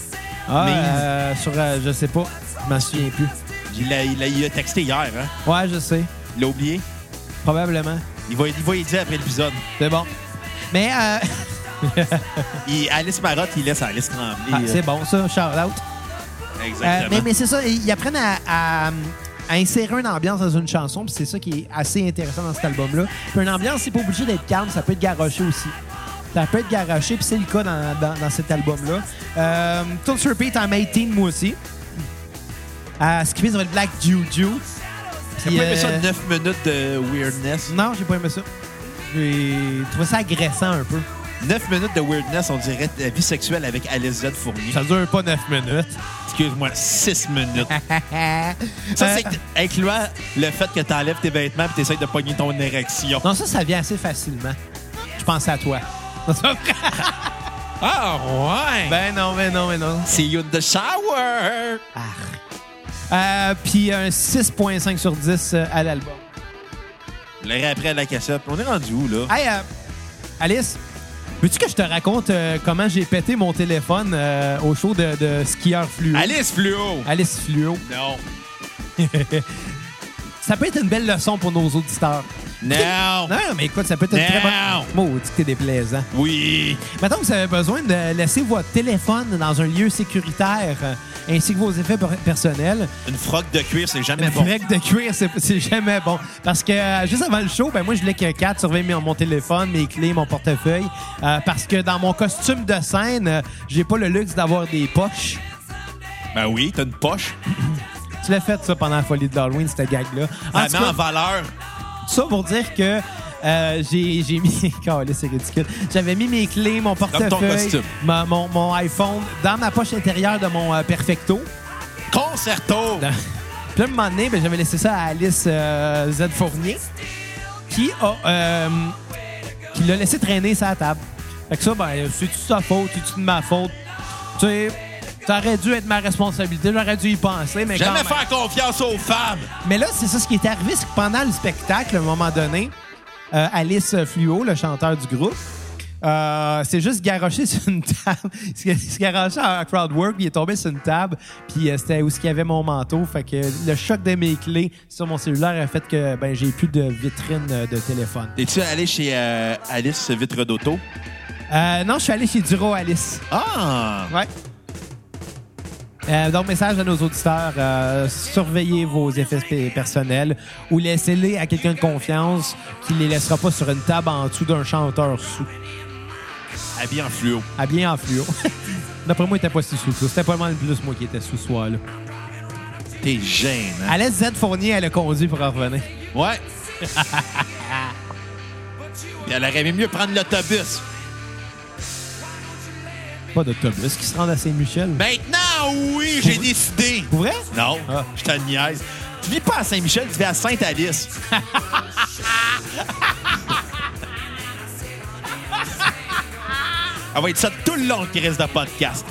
ah,
mais-
euh, sur, euh, je sais pas. Je m'en souviens plus.
il l'a il l'a- il l'a texté hier, hein?
Ouais, je sais.
Il l'a oublié.
Probablement.
Il va, il va y dire après l'épisode.
C'est bon. Mais euh,
Il- Alice Marotte, il laisse Alice Tremblay.
ah,
euh,
c'est bon, ça. Shout out. Euh,
Exactement.
mais mais c'est ça, ils apprennent à, à- à insérer une ambiance dans une chanson, puis c'est ça qui est assez intéressant dans cet album-là. Puis une ambiance, c'est pas obligé d'être calme, ça peut être garoché aussi. Ça peut être garoché, puis c'est le cas dans, dans- dans cet album-là. Euh, Tones Repeat en 18, moi aussi. Euh, À skipper, ça va être Black Juju.
T'as
Puis,
pas aimé ça
euh,
9 minutes de weirdness?
Non, j'ai pas aimé ça. J'ai trouvé ça agressant un peu.
9 minutes de weirdness, on dirait la vie sexuelle avec Alice Z Fournier.
dure pas 9 minutes.
Excuse-moi, 6 minutes. Ça,
Euh,
c'est incluant le fait que t'enlèves tes vêtements et t'essayes de pogner ton érection.
Non, ça, ça vient assez facilement. Je pense à toi.
Ah, ouais!
Ben non, ben non, ben non.
See you in the shower!
Euh, Puis un 6.5 sur 10 euh, à l'album.
L'heure après la cassette. On est rendu où, là?
Hey, euh, Alice, veux-tu que je te raconte euh, comment j'ai pété mon téléphone euh, au show de, de skieur fluo?
Alice Fluo!
Alice Fluo.
Non.
Ça peut être une belle leçon pour nos auditeurs.
Non!
Non, mais écoute, ça peut être très bon. Maudit que t'es déplaisant.
Oui!
Mettons que vous avez besoin de laisser votre téléphone dans un lieu sécuritaire, euh, ainsi que vos effets per- personnels.
Une froc de cuir, c'est jamais
Une
bon.
vraie de cuir, c'est- c'est jamais bon. Parce que euh, juste avant le show, ben moi, je voulais que Kat surveille mes- mon téléphone, mes clés, mon portefeuille. euh, parce que dans mon costume de scène, euh, j'ai pas le luxe d'avoir des poches.
Ben oui, t'as une poche.
Tu l'as fait, ça, pendant la folie de l'Halloween, cette gag-là. En
Ça
tout
met
cas,
en valeur.
Ça pour dire que euh, j'ai j'ai mis. Calais, c'est ridicule. J'avais mis mes clés, mon portefeuille,
costume.
ma- mon, mon iPhone dans ma poche intérieure de mon euh, Perfecto.
Concerto!
Dans- Puis là, un moment donné, ben, j'avais laissé ça à Alice euh, Z. Fournier, qui a, euh, qui l'a laissé traîner sa table. Fait que ça, ben, c'est-tu de sa faute, c'est-tu de ma faute? Tu sais, ça aurait dû être ma responsabilité, j'aurais dû y penser, mais quand
Jamais
même.
faire confiance aux femmes!
Mais là, c'est ça ce qui est arrivé, c'est que pendant le spectacle, à un moment donné, euh, Alice Fluo, le chanteur du groupe, euh, s'est juste garoché sur une table. Il s'est- il s'est garoché à crowdwork, puis il est tombé sur une table, puis euh, c'était où ce qu'il y avait mon manteau. Fait que le choc de mes clés sur mon cellulaire a fait que ben j'ai plus de vitrine euh, de téléphone.
Es-tu allé chez euh, Alice Vitre d'Auto?
Euh, non, je suis allé chez Duro Alice.
Ah!
Ouais. Euh, donc, message à nos auditeurs, euh, surveillez vos effets pe- personnels ou laissez-les à quelqu'un de confiance qui les laissera pas sur une table en dessous d'un chanteur sous,
Habillé en fluo.
habillé en fluo. D'après moi, il était pas si sous que ça. C'était pas mal plus moi qui étais sous ce soir-là.
T'es gênant.
Alès Z. Fournier, elle a conduit pour en revenir.
Ouais. Puis Elle aurait aimé mieux prendre l'autobus.
Pas d'autobus qui se rend à Saint-Michel.
Ben, Maintenant, oui, j'ai décidé.
Pour vrai?
Non,
Ah.
je te niaise. Tu vis pas à Saint-Michel, tu vis à Sainte-Alice. Elle va être ça tout le long qui reste de podcast.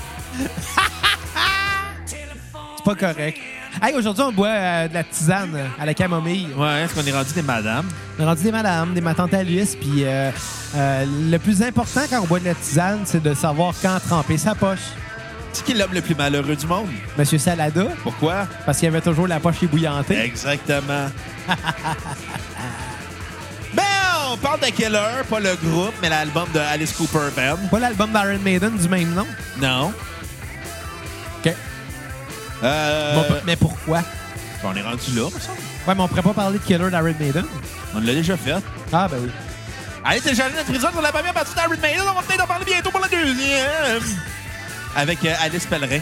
C'est pas correct. Hey, aujourd'hui, on boit euh, de la tisane à la camomille.
Ouais, est-ce qu'on est rendu des madames?
On a rendu des madames, des matantes à l'huile, puis euh, euh, le plus important quand on boit de la tisane, c'est de savoir quand tremper sa poche.
C'est qui l'homme le plus malheureux du monde?
Monsieur Salada,
Pourquoi?
parce qu'il avait toujours la poche ébouillantée.
Exactement. ben, on parle de Killer, pas le groupe, mais l'album de Alice Cooper Band.
Pas l'album d'Iron Maiden du même nom.
Non.
OK.
Euh,
Mais pourquoi?
on est rendu là, me semble.
Ouais, mais on pourrait pas parler de Killer d'Iron Maiden.
On l'a déjà fait.
Ah, ben oui.
Allez, télécharger notre prison pour la première partie d'Iron Maiden. On va peut-être en parler bientôt pour la deuxième. Avec euh, Alice Pellerin.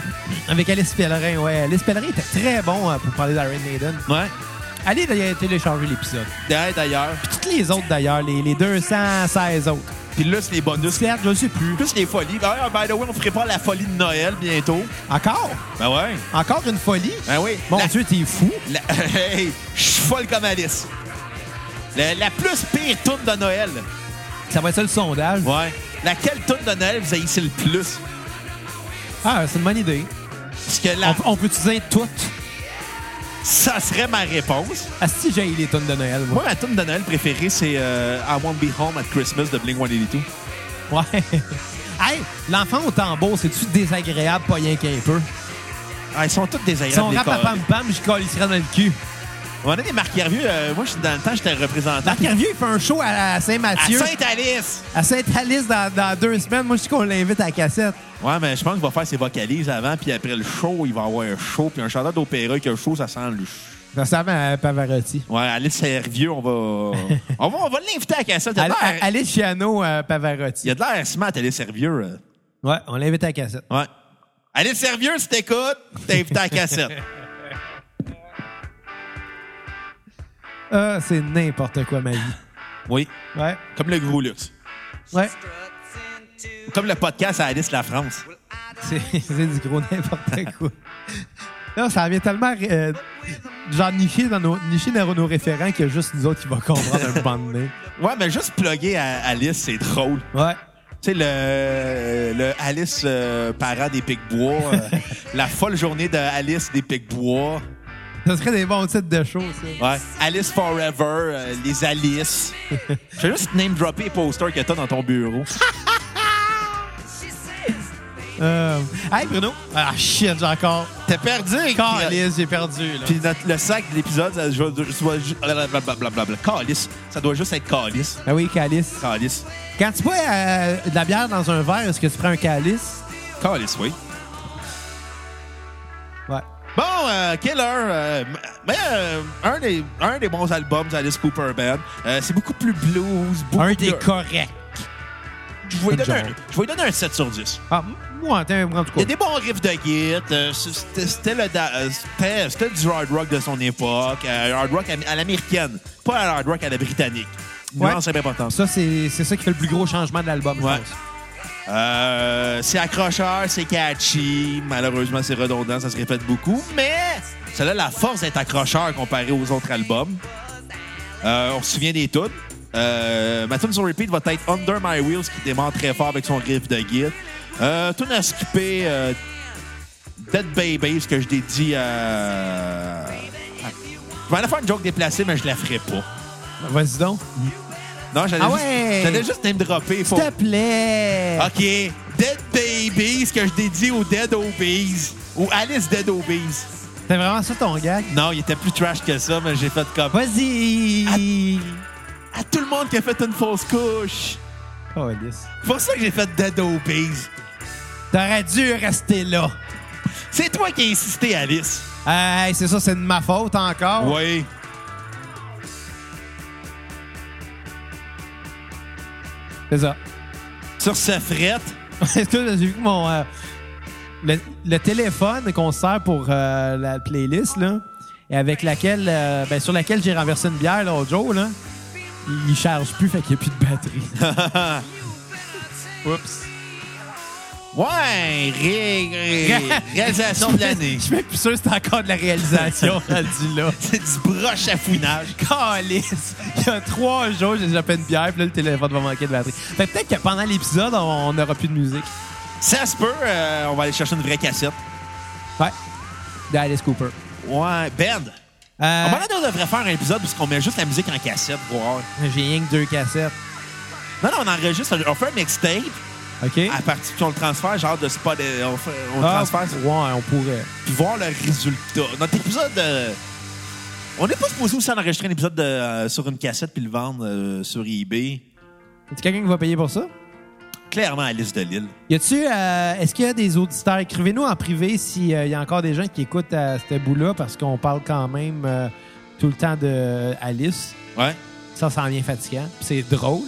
Avec Alice Pellerin, ouais. Alice Pellerin était très bon euh, pour parler d'Iron Maiden.
Ouais.
Allez d'ailleurs, télécharger l'épisode.
Ouais, D'ailleurs.
Puis toutes les autres, d'ailleurs, les, les 216 autres.
Puis là, c'est les bonus.
Certes, je sais plus.
Plus les folies. D'ailleurs, by the way, on ferait pas la folie de Noël bientôt.
Encore?
Ben ouais.
Encore une folie?
Ben oui.
Mon
La-
Dieu, t'es fou.
La- hey, je suis folle comme Alice. La, la plus pire tourne de Noël.
Ça va être ça le sondage.
Ouais. Laquelle tourne de Noël vous haïssez le plus?
Ah, c'est une bonne idée.
Parce que là,
On, on peut utiliser toutes.
ça serait ma réponse.
Ah, si j'ai les tonnes de Noël, moi.
Moi, ma tourne de Noël préférée, c'est euh, I Won't Be Home at Christmas de Blink-182.
Ouais. hey, l'enfant au tambour, c'est-tu désagréable, pas rien qu'un peu?
Ah, ils sont tous désagréables.
Son
les
rap à
corps.
pam pam, je colle, il serait dans le cul.
On a des Marc Hervieux. euh, moi, j'étais- dans le temps, j'étais représentant.
Marc Hervieux, il fait un show à
à
Saint-Mathieu,
Sainte-Alice!
à Sainte-Alice dans, dans deux semaines. Moi, je dis qu'on l'invite à la cassette.
Ouais, mais je pense qu'il va faire ses vocalises avant, puis après le show, il va avoir un show, puis un chanteur d'opéra qui a un show, ça sent le
Ça ressemble à Pavarotti.
Ouais, Alice Hervieux, on va. on va, on va l'inviter à la cassette. Il a
Allez,
de l'air-
allez Chiano euh,
il
Pavarotti.
a de l'air smart, Alice Hervieux. euh.
Ouais, on l'invite à la cassette.
Ouais. Alice Hervieux, si t'écoutes, t'es invité à la cassette.
Ah, c'est n'importe quoi, ma vie.
Oui.
Ouais,
Comme le Gros Luxe.
ouais.
Comme le podcast à Alice La France.
C'est c'est du gros n'importe quoi. Là, ça vient tellement euh, genre niché dans nos, niché dans nos référents qu'il y a juste nous autres qui vont comprendre un moment donné.
Ouais, mais juste plugger à Alice, c'est drôle.
Ouais.
Tu sais, le, le Alice euh, parent des Pics-Bois, euh, la folle journée de Alice des Pics-Bois,
Ça serait des bons titres de show, ça.
ouais. Alice Forever, euh, les Alice. Je vais juste name-dropper les posters que t'as dans ton bureau.
Euh, Hey, Bruno. Ah, shit, j'ai encore.
T'as perdu, hein,
Calice, j'ai perdu. Là.
Puis notre- le sac de l'épisode, ça doit ju- soit ju- blablabla. Calice. Ça doit juste être calice.
Ah oui, calice.
Calice.
Quand tu bois euh, de la bière dans un verre, est-ce que tu prends un calice?
Calice, oui.
Ouais.
Bon, euh, Killer, euh, m- mais, euh, un, des, un des bons albums d'Alice Cooper Band. Euh, c'est beaucoup plus blues. Beaucoup
Un
plus-
des corrects.
je, vais lui donner un,
Genre.
je vais lui donner un 7 sur 10.
Ah, m- moi, t'es un grand tout
Il y
court.
a des bons riffs de git. euh, c'était, c'était le da- euh, c'était- c'était du hard rock de son époque. euh, hard rock à, à l'américaine. Pas un hard rock à la britannique.
Ouais.
Non, c'est bien important.
Ça, c'est c'est ça qui fait le plus gros changement de l'album,
Ouais.
je pense.
Euh, c'est accrocheur, c'est catchy. Malheureusement, c'est redondant, ça se répète beaucoup. Mais ça a la force d'être accrocheur comparé aux autres albums. Euh, on se souvient des tunes. Euh, ma tune sur repeat va être Under My Wheels qui démarre très fort avec son riff de guide. Euh, tune à skipper euh, Dead Baby, ce que je dédie à... à- ah. Je vais aller faire une joke déplacée, mais je la ferai pas.
Vas-y donc.
Non, j'allais
Ah
juste,
ouais!
j'allais juste name dropper.
S'il
Faut...
te plaît.
OK. Dead Babies, que je dédie aux Dead Obies. Ou Alice Dead Obies.
C'est vraiment ça ton gag?
Non, il était plus trash que ça, mais j'ai fait comme.
Vas-y.
À tout le monde qui a fait une fausse couche. Ah,
Calice.
C'est pour ça que j'ai fait Dead Obies.
T'aurais dû rester là. Euh,
C'est toi qui as insisté, Alice.
Hey, c'est ça, c'est de ma faute encore.
Oui.
C'est ça.
Sur ce frette.
Est-ce que j'ai vu que mon. euh, le, le téléphone qu'on se sert pour euh, la playlist, là, et avec laquelle. euh, ben, sur laquelle j'ai renversé une bière l'autre jour, là, il, il charge plus, fait qu'il n'y a plus de batterie. Oups.
Ouais, ré- ré- réalisation de l'année.
Je suis même plus sûr que c'est encore de la réalisation rendu là.
C'est du broche à fouinage.
Calice! Il y a trois jours, j'ai déjà fait une bière, puis là, le téléphone va manquer de batterie. Fait que peut-être que pendant l'épisode, on on n'aura plus de musique.
Ça se peut, euh, on va aller chercher une vraie cassette.
Ouais. D'Alice Cooper.
Ouais, Ben.
Euh,
On va on devrait faire un épisode parce qu'on met juste la musique en cassette, voir.
J'ai rien que deux cassettes.
Non, non, on enregistre. On fait un mixtape.
OK?
À partir on le transfère, genre de spot. euh, On, fait- Ah, on le
Ah,
transfère sur-
Ouais, on pourrait.
puis voir le résultat. Notre épisode. euh, on n'est pas supposé aussi en enregistrer un épisode de, euh, sur une cassette puis le vendre euh, sur eBay.
Y a quelqu'un qui va payer pour ça?
Clairement, Alice de Lille.
Y a-tu, euh, est-ce qu'il y a des auditeurs? Écrivez-nous en privé s'il y a encore des gens qui écoutent à ce bout-là, parce qu'on parle quand même euh, tout le temps de Alice.
Ouais.
Ça, ça en vient fatigant. Puis C'est drôle.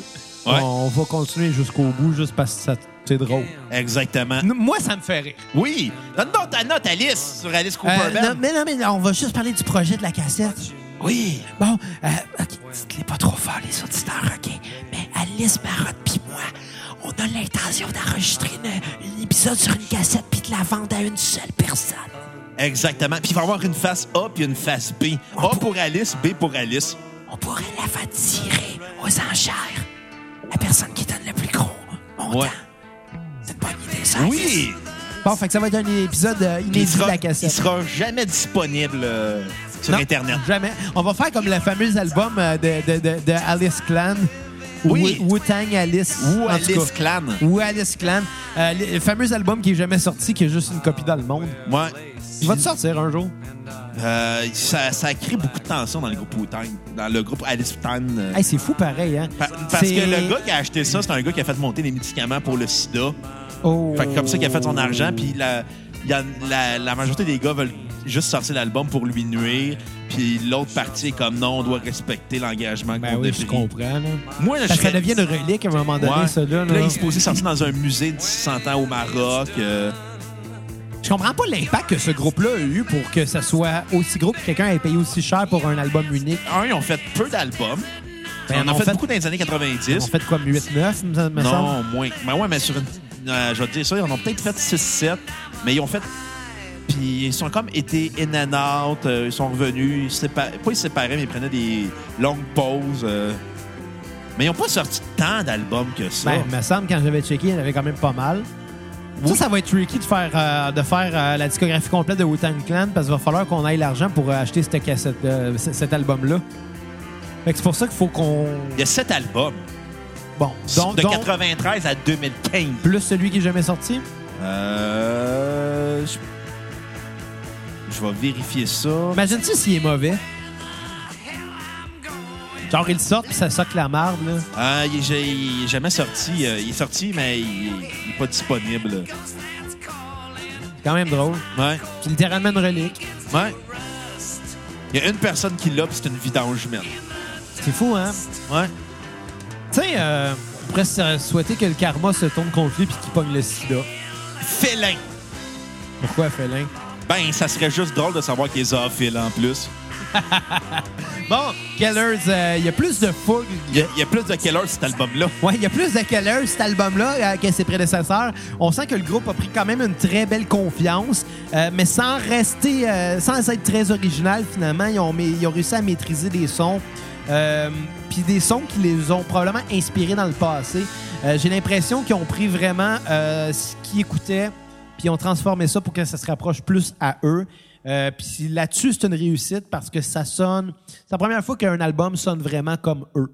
Ouais.
On va continuer jusqu'au bout juste parce que ça- c'est drôle.
Exactement.
N- Moi, ça me fait rire.
Oui. Donne-nous ta note, Alice, sur Alice Cooper Ben.
Euh,
Band.
non, mais non, mais on va juste parler du projet de la
Ah,
cassette.
Oui.
Bon, euh, OK, dites-les pas trop fort, les auditeurs, OK? Mais Alice Marotte puis moi, on a l'intention d'enregistrer une- un épisode sur une cassette puis de la vendre à une seule personne.
Exactement. Puis il va y avoir une face A puis une face B. A pour Alice, B pour Alice.
On pourrait la faire tirer aux enchères. La personne qui donne le plus gros montant.
Ouais.
C'est une bonne idée, ça.
Oui.
Bon, fait que ça va être un épisode euh,
Puis Il
inédit de
sera,
la
il
cassette.
sera jamais disponible euh, sur
Non,
Internet.
Jamais. On va faire comme le fameux album euh, de, de- de- de Alice Clan.
Oui.
Wu- Wu-Tang Alice.
Ou
en tout
Alice
cas.
Clan.
Ou Alice Clan. Euh, le le fameux album qui est jamais sorti, qui est juste une copie dans le monde.
Ouais.
Il va te sortir un jour.
Euh, ça, ça crée beaucoup de tension dans le groupe wu dans le groupe Alice Wu-Tang. euh,
Hey, c'est fou pareil, hein?
pa- parce
C'est-
que le gars qui a acheté ça, c'est un gars qui a fait monter des médicaments pour le sida.
Oh.
Fait que comme ça qu'il a fait son argent, puis la, il y a- la, la majorité des gars veulent juste sortir l'album pour lui nuire. Puis l'autre partie est comme non, on doit respecter l'engagement
Ben
qu'on
oui,
a
je
pris.
comprends, là.
Moi, je
Parce que ça
serais-
devient une relique à un moment donné,
Ouais.
ça, là.
Puis
là.
là, il se posait sortir dans un musée de 600 ans au Maroc. euh,
Je comprends pas l'impact que ce groupe-là a eu pour que ça soit aussi gros que quelqu'un ait payé aussi cher pour un album unique.
un, ils ont fait peu d'albums.
Ben,
on en
on
fait,
fait-
beaucoup dans les années 90.
On fait quoi, 8-9, me me semble?
Non, moins. Mais ouais, mais sur une. euh, je vais te dire ça, ils en ont peut-être fait 6-7, mais ils ont fait. Puis ils sont comme été in and out, euh, ils sont revenus, ils se sépa- pas ils se séparaient, mais ils prenaient des longues pauses. euh. Mais ils n'ont pas sorti tant d'albums que ça.
Ben, me semble, quand j'avais checké, il y en avait quand même pas mal. Ça, ça va être tricky de faire, euh, de faire euh, la discographie complète de Wu-Tang Clan parce qu'il va falloir qu'on aille l'argent pour euh, acheter cette cassette, euh, c- cet album-là. Fait que c'est pour ça qu'il faut qu'on...
Il y a 7 albums,
Bon, donc,
de
donc,
93 à 2015.
plus celui qui est jamais sorti.
Euh, je... je vais vérifier ça.
Imagine-tu s'il est mauvais? Genre, il sort puis ça soque la marde, là.
Ah, il, est, ja- il est jamais sorti. euh, Il est sorti, mais il il est pas disponible.
C'est Quand même drôle.
Ouais,
C'est littéralement une relique.
ouais. Il y a une personne qui l'a, puis c'est une vidange humaine.
C'est fou, hein?
Ouais.
Tu sais, euh, on pourrait se- souhaiter que le karma se tourne contre lui puis qu'il pogne le sida.
Félin!
Pourquoi, félin?
Ben, ça serait juste drôle de savoir qu'il est zoophile en plus.
Bon, Kellers, euh, il y a plus de fougue.
Il y a, il y a plus de quelle heure cet album-là?
Ouais, il y a plus de Kellers, cet album-là, euh, que ses prédécesseurs. On sent que le groupe a pris quand même une très belle confiance, euh, mais sans rester, euh, sans être très original, finalement, ils ont, mais- ils ont réussi à maîtriser des sons. euh, Puis des sons qui les ont probablement inspirés dans le passé. Euh, J'ai l'impression qu'ils ont pris vraiment euh, ce qu'ils écoutaient, puis ils ont transformé ça pour que ça se rapproche plus à eux. Euh, puis là-dessus, c'est une réussite parce que ça sonne. C'est la première fois qu'un album sonne vraiment comme eux.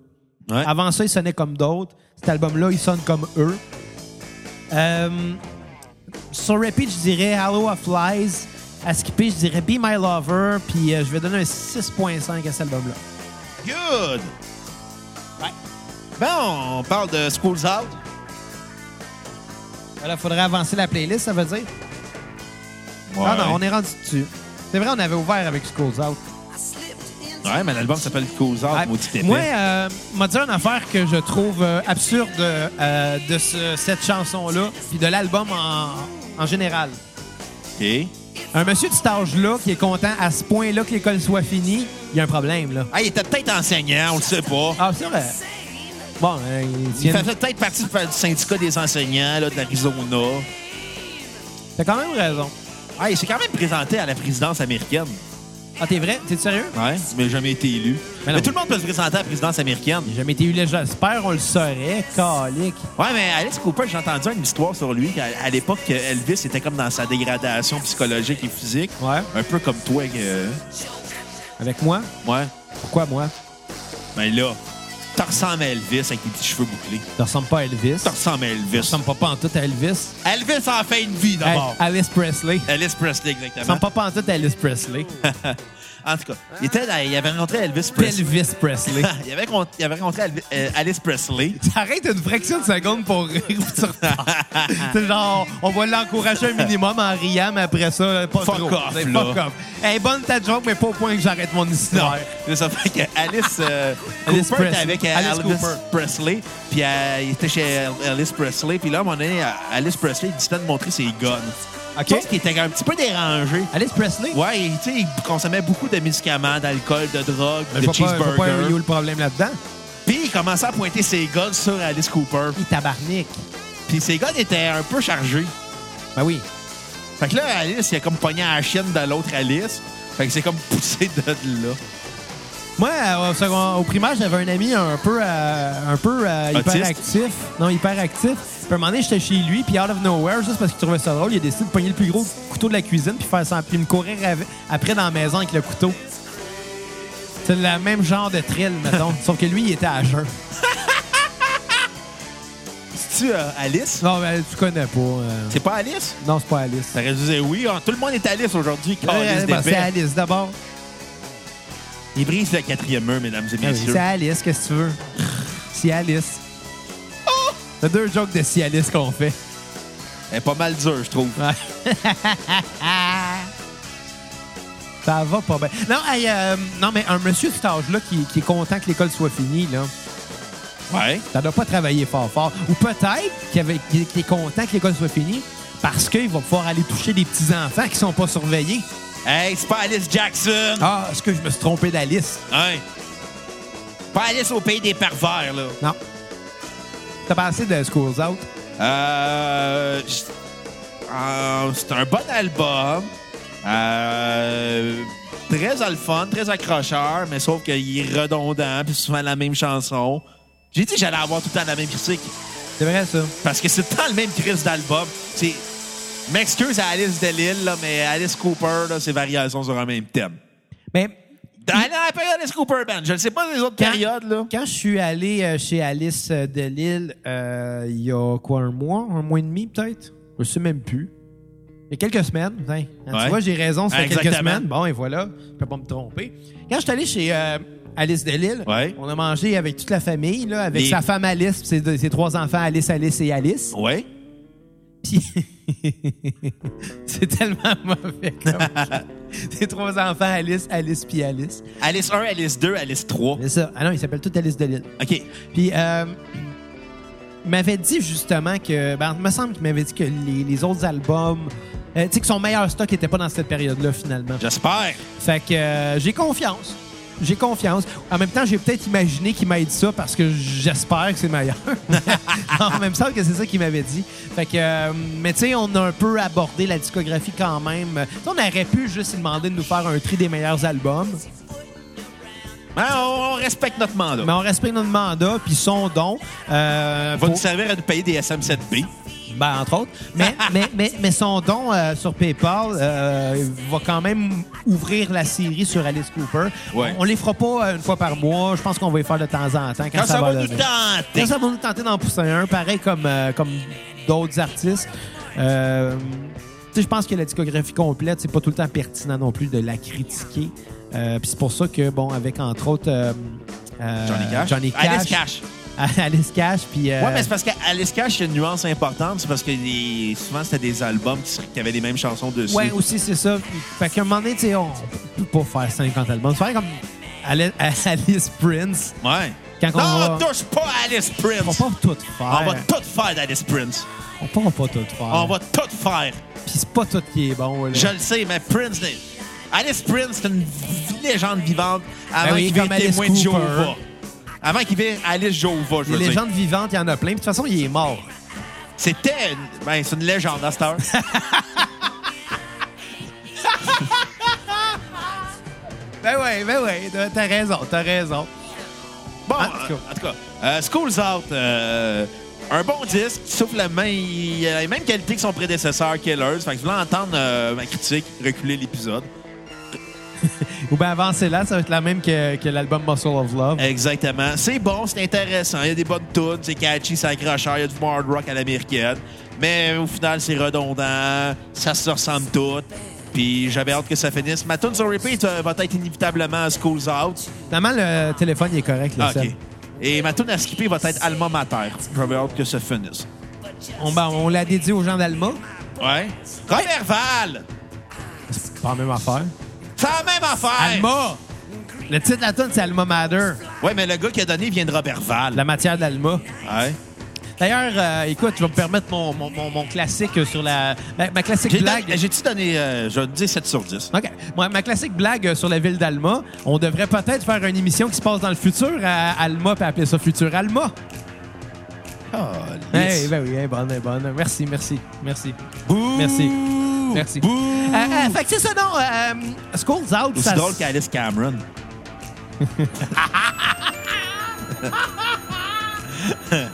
Ouais.
Avant ça, ils sonnaient comme d'autres. Cet album-là, il sonne comme eux. Euh, sur repeat, je dirais Hello of Lies. À skipper, je dirais Be My Lover. Puis euh, je vais donner un 6.5 à cet album-là.
Good! Ben, on parle de Schools Out.
Voilà, faudrait avancer la playlist, ça veut dire?
Ouais. Ah,
Non, non, on est rendu dessus. C'est vrai, on avait ouvert avec Schools Out.
Ouais, mais l'album s'appelle Schools Out,
Ouais.
maudit épais.
Moi, euh, m'a dit une affaire que je trouve euh, absurde euh, de ce- cette chanson-là, puis de l'album en- en général.
OK.
Un monsieur de cet âge-là qui est content à ce point-là que l'école soit finie, il y a un problème, là.
Ah, il était peut-être enseignant, on le sait pas.
Ah, c'est vrai. Bon, euh, il
Il
tient-
faisait peut-être partie du du syndicat des enseignants là, de l'Arizona.
T'as quand même raison.
Ah, il s'est quand même présenté à la présidence américaine.
Ah, t'es vrai? T'es sérieux?
Ouais, mais jamais été élu.
Mais
Mais,
non.
tout le monde peut se présenter à la présidence américaine.
J'ai jamais été élu, j'espère, on le saurait. Calique.
Ouais, mais Alice Cooper, j'ai entendu une histoire sur lui. qu'à- À, l'époque, Elvis était comme dans sa dégradation psychologique et physique.
Ouais.
Un peu comme toi. euh,
Avec moi?
ouais.
Pourquoi moi?
Mais là, t'en ressembles à Elvis avec tes petits cheveux bouclés.
Tu ressembles pas à Elvis.
T'en
Tu
ressembles à Elvis.
ressembles pas pantoute à Elvis.
Elvis en fait une vie d'abord.
Hey, Alice Presley. Tu
Alice Presley,
ressembles
exactement.
pas pantoute à Alice Presley.
En tout cas, il, était, dans- il avait rencontré Elvis Presley.
Elvis Presley.
il, avait con- il avait rencontré Elvi- euh, Alice Presley.
Arrête une fraction de seconde pour rire puis tu repars. C'est genre, on va l'encourager un minimum en riant, mais après ça, pas
Fuck
trop.
off,
C'est
là.
Fuck off. Hey, bonne ta joke, mais pas au point que j'arrête mon histoire.
C'est ça fait que Alice, euh,
Alice
Cooper était
Presley.
avec euh,
Alice
Alice,
Cooper.
Presley. Puis euh, il était chez Alice Presley. Puis là, à un moment donné, Alice Presley il décidait de montrer ses guns.
OK.
Je pense qu'il était un petit peu dérangé.
Alice Presley?
Ouais, il- tu sais, il consommait beaucoup de médicaments, d'alcool, de drogue,
Mais je
de
vois pas, je vois pas où est
cheeseburger.
le problème là-dedans.
Puis il commençait à pointer ses guns sur Alice Cooper.
Il tabarnique.
Puis ses guns étaient un peu chargés.
Ben oui.
Fait que là, Alice, il a comme pogné à la chienne de l'autre Alice. Fait que c'est comme poussé de là.
Moi, euh, au, second- au primaire, j'avais un ami un peu, euh, un peu euh,
Autiste.
hyperactif. Non, hyperactif. Puis à un moment donné, j'étais chez lui, puis out of nowhere, juste parce qu'il trouvait ça drôle, il a décidé de pogner le plus gros couteau de la cuisine, puis faire ça, puis me courir av- après dans la maison avec le couteau. C'est le même genre de thrill, mettons. Sauf que lui, il était à jeun.
C'est-tu euh, Alice?
Non, mais tu connais pas. euh.
C'est pas Alice?
Non, c'est pas Alice.
T'aurais dû dire oui. hein. Tout le monde est Alice aujourd'hui.
Euh,
Alice
ben, c'est
d'épais.
Alice d'abord.
Il brise le quatrième mur, mesdames et
Ah oui,
messieurs.
C'est Alice, qu'est-ce que tu veux? C'est Alice.
Oh!
T'as deux jokes de si Alice qu'on fait.
Elle est pas mal dure, je trouve.
Ouais. Ça va pas bien. Non, hey, euh, non, mais un monsieur de cet âge-là qui, qui est content que l'école soit finie, là,
Ouais.
ça doit pas travailler fort fort. Ou peut-être qu'il avait- qu'il- qu'il est content que l'école soit finie parce qu'il va pouvoir aller toucher des petits-enfants qui sont pas surveillés.
Hey, c'est pas Alice Jackson.
Ah, est-ce que je me suis trompé d'Alice?
Hein? Pas Alice au pays des pervers, là.
Non. T'as passé de Schools Out?
Euh, j- euh, c'est un bon album. Euh, très le fun, très accrocheur, mais sauf qu'il est redondant, puis souvent la même chanson. J'ai dit que j'allais avoir tout le temps la même critique,
C'est vrai, ça.
parce que c'est tout le temps le même crise d'album. C'est. M'excuse à Alice Delille, là, mais Alice Cooper, là, c'est variations sur un même thème.
Mais
Dans la période Alice Cooper Band, je ne sais pas les autres périodes, là.
Quand je suis allé euh, chez Alice euh, de Lille, euh, il y a quoi, un mois, un mois et demi peut-être? Je sais même plus. Il y a quelques semaines. Putain, hein,
Ouais.
Tu vois, j'ai raison, ça fait quelques
Exactement.
semaines. Bon, et voilà. Je peux pas me tromper. Quand je suis allé chez euh, Alice Delille,
Ouais.
on a mangé avec toute la famille, là, avec
Les- Oh.
sa femme Alice, puis ses, deux- ses trois enfants, Alice, Alice et Alice.
Ouais.
Puis- C'est tellement mauvais. comme jeu. Ses trois enfants, Alice, Alice puis Alice.
Alice 1, Alice 2, Alice 3.
C'est ça. Ah non, ils s'appellent tous Alice Delille.
OK.
Puis, euh, il m'avait dit justement que. Ben, il me semble qu'il m'avait dit que les, les autres albums. euh, tu sais, que son meilleur stock n'était pas dans cette période-là, finalement.
J'espère.
Fait que euh, j'ai confiance. J'ai confiance. En même temps, j'ai peut-être imaginé qu'il m'aide ça parce que j'espère que c'est meilleur. en même temps que c'est ça qu'il m'avait dit. Fait que, euh, mais tu sais, on a un peu abordé la discographie quand même. Tu sais, on aurait pu juste lui demander de nous faire un tri des meilleurs albums.
Ben, on, on respecte notre mandat.
Mais on respecte notre mandat puis son don. Euh,
On va
pour-
nous servir à nous payer des SM7B.
Ben, entre autres. Mais, mais, mais, mais son don euh, sur PayPal euh, il va quand même ouvrir la série sur Alice Cooper.
Ouais.
On, on les fera pas euh, une fois par mois. Je pense qu'on va les faire de temps en temps quand,
Quand ça va nous
donner.
tenter.
Quand ça va nous tenter d'en pousser un, pareil comme, euh, comme d'autres artistes. Euh, tu sais, je pense que la discographie complète, c'est pas tout le temps pertinent non plus de la critiquer. Euh, Puis c'est pour ça que, bon, avec entre autres euh, euh,
Johnny Cash. Alice Cash.
Alice Cash, puis. euh,
Ouais, mais c'est parce qu'Alice Cash, il y a une nuance importante. C'est parce que les- souvent, c'était des albums qui, se- qui avaient les mêmes chansons dessus.
Ouais, aussi, c'est ça. Fait qu'à un moment donné, tu sais, on peut pas faire 50 albums. C'est vrai comme Ale- Alice Prince.
Ouais.
Quand on
non,
va-
touche pas à Alice
On va
Prince.
pas tout faire. hein.
On va tout faire d'Alice Prince.
On pourra pas tout faire.
On va tout faire.
Puis c'est pas tout qui est bon. Là.
Je le sais, mais Prince... les- Alice Prince, c'est une v- légende vivante avant
Ben oui,
qu'il vienne
comme Alice
témoin de
Cooper.
Jova. Avant qu'il vienne Alice Jova, je
Les
veux dire.
légendes vivantes, il y en a plein. Puis de toute façon, il est mort.
C'était une... Ben, c'est une légende à cette heure.
Ben ouais, ben ouais. T'as raison, t'as raison.
Bon,
En tout cas.
euh, en tout cas, euh, School's Out, euh, un bon disque, sauf la main, il a la même qualité que son prédécesseur, Killers. Fait que je voulais entendre euh, ma critique reculer l'épisode.
Ou ben avancer là, ça va être la même que, que l'album Muscle of Love.
Exactement. C'est bon, c'est intéressant. Il y a des bonnes tunes, c'est catchy, c'est accrocheur, il y a du bon hard rock à l'américaine. Mais au final, c'est redondant, ça se ressemble tout. Puis j'avais hâte que ça finisse. Ma tune sur repeat euh, va être inévitablement School's Out.
Finalement, le téléphone, il est correct. Le
Ah,
sel.
OK. Et ma tune à skipper va être Alma Mater. J'avais hâte que ça finisse.
On, ben, on l'a dédié aux gens d'Alma.
Ouais. Robert Val!
C'est pas la même affaire.
C'est la même affaire!
Alma! Le titre de la tune, c'est Alma Mater.
Ouais, mais le gars qui a donné vient de Robert Val.
La matière d'Alma.
Ouais.
D'ailleurs, euh, écoute, je vais me permettre mon, mon, mon, mon classique sur la. Ma, ma classique
J'ai
blague.
donné- J'ai-tu donné, euh, je vais te dire 7 sur 10.
OK. Moi, ma classique blague sur la ville d'Alma. On devrait peut-être faire une émission qui se passe dans le futur à Alma puis appeler ça Futur Alma.
Oh,
Eh ben oui, eh, bonne, eh, bonne. Merci, merci, merci.
Bouh!
Merci. Merci.
Bouh!
Euh, euh, fait que c'est ça, non? euh, School's Out,
Aussi
ça.
drôle qu'Alice Cameron.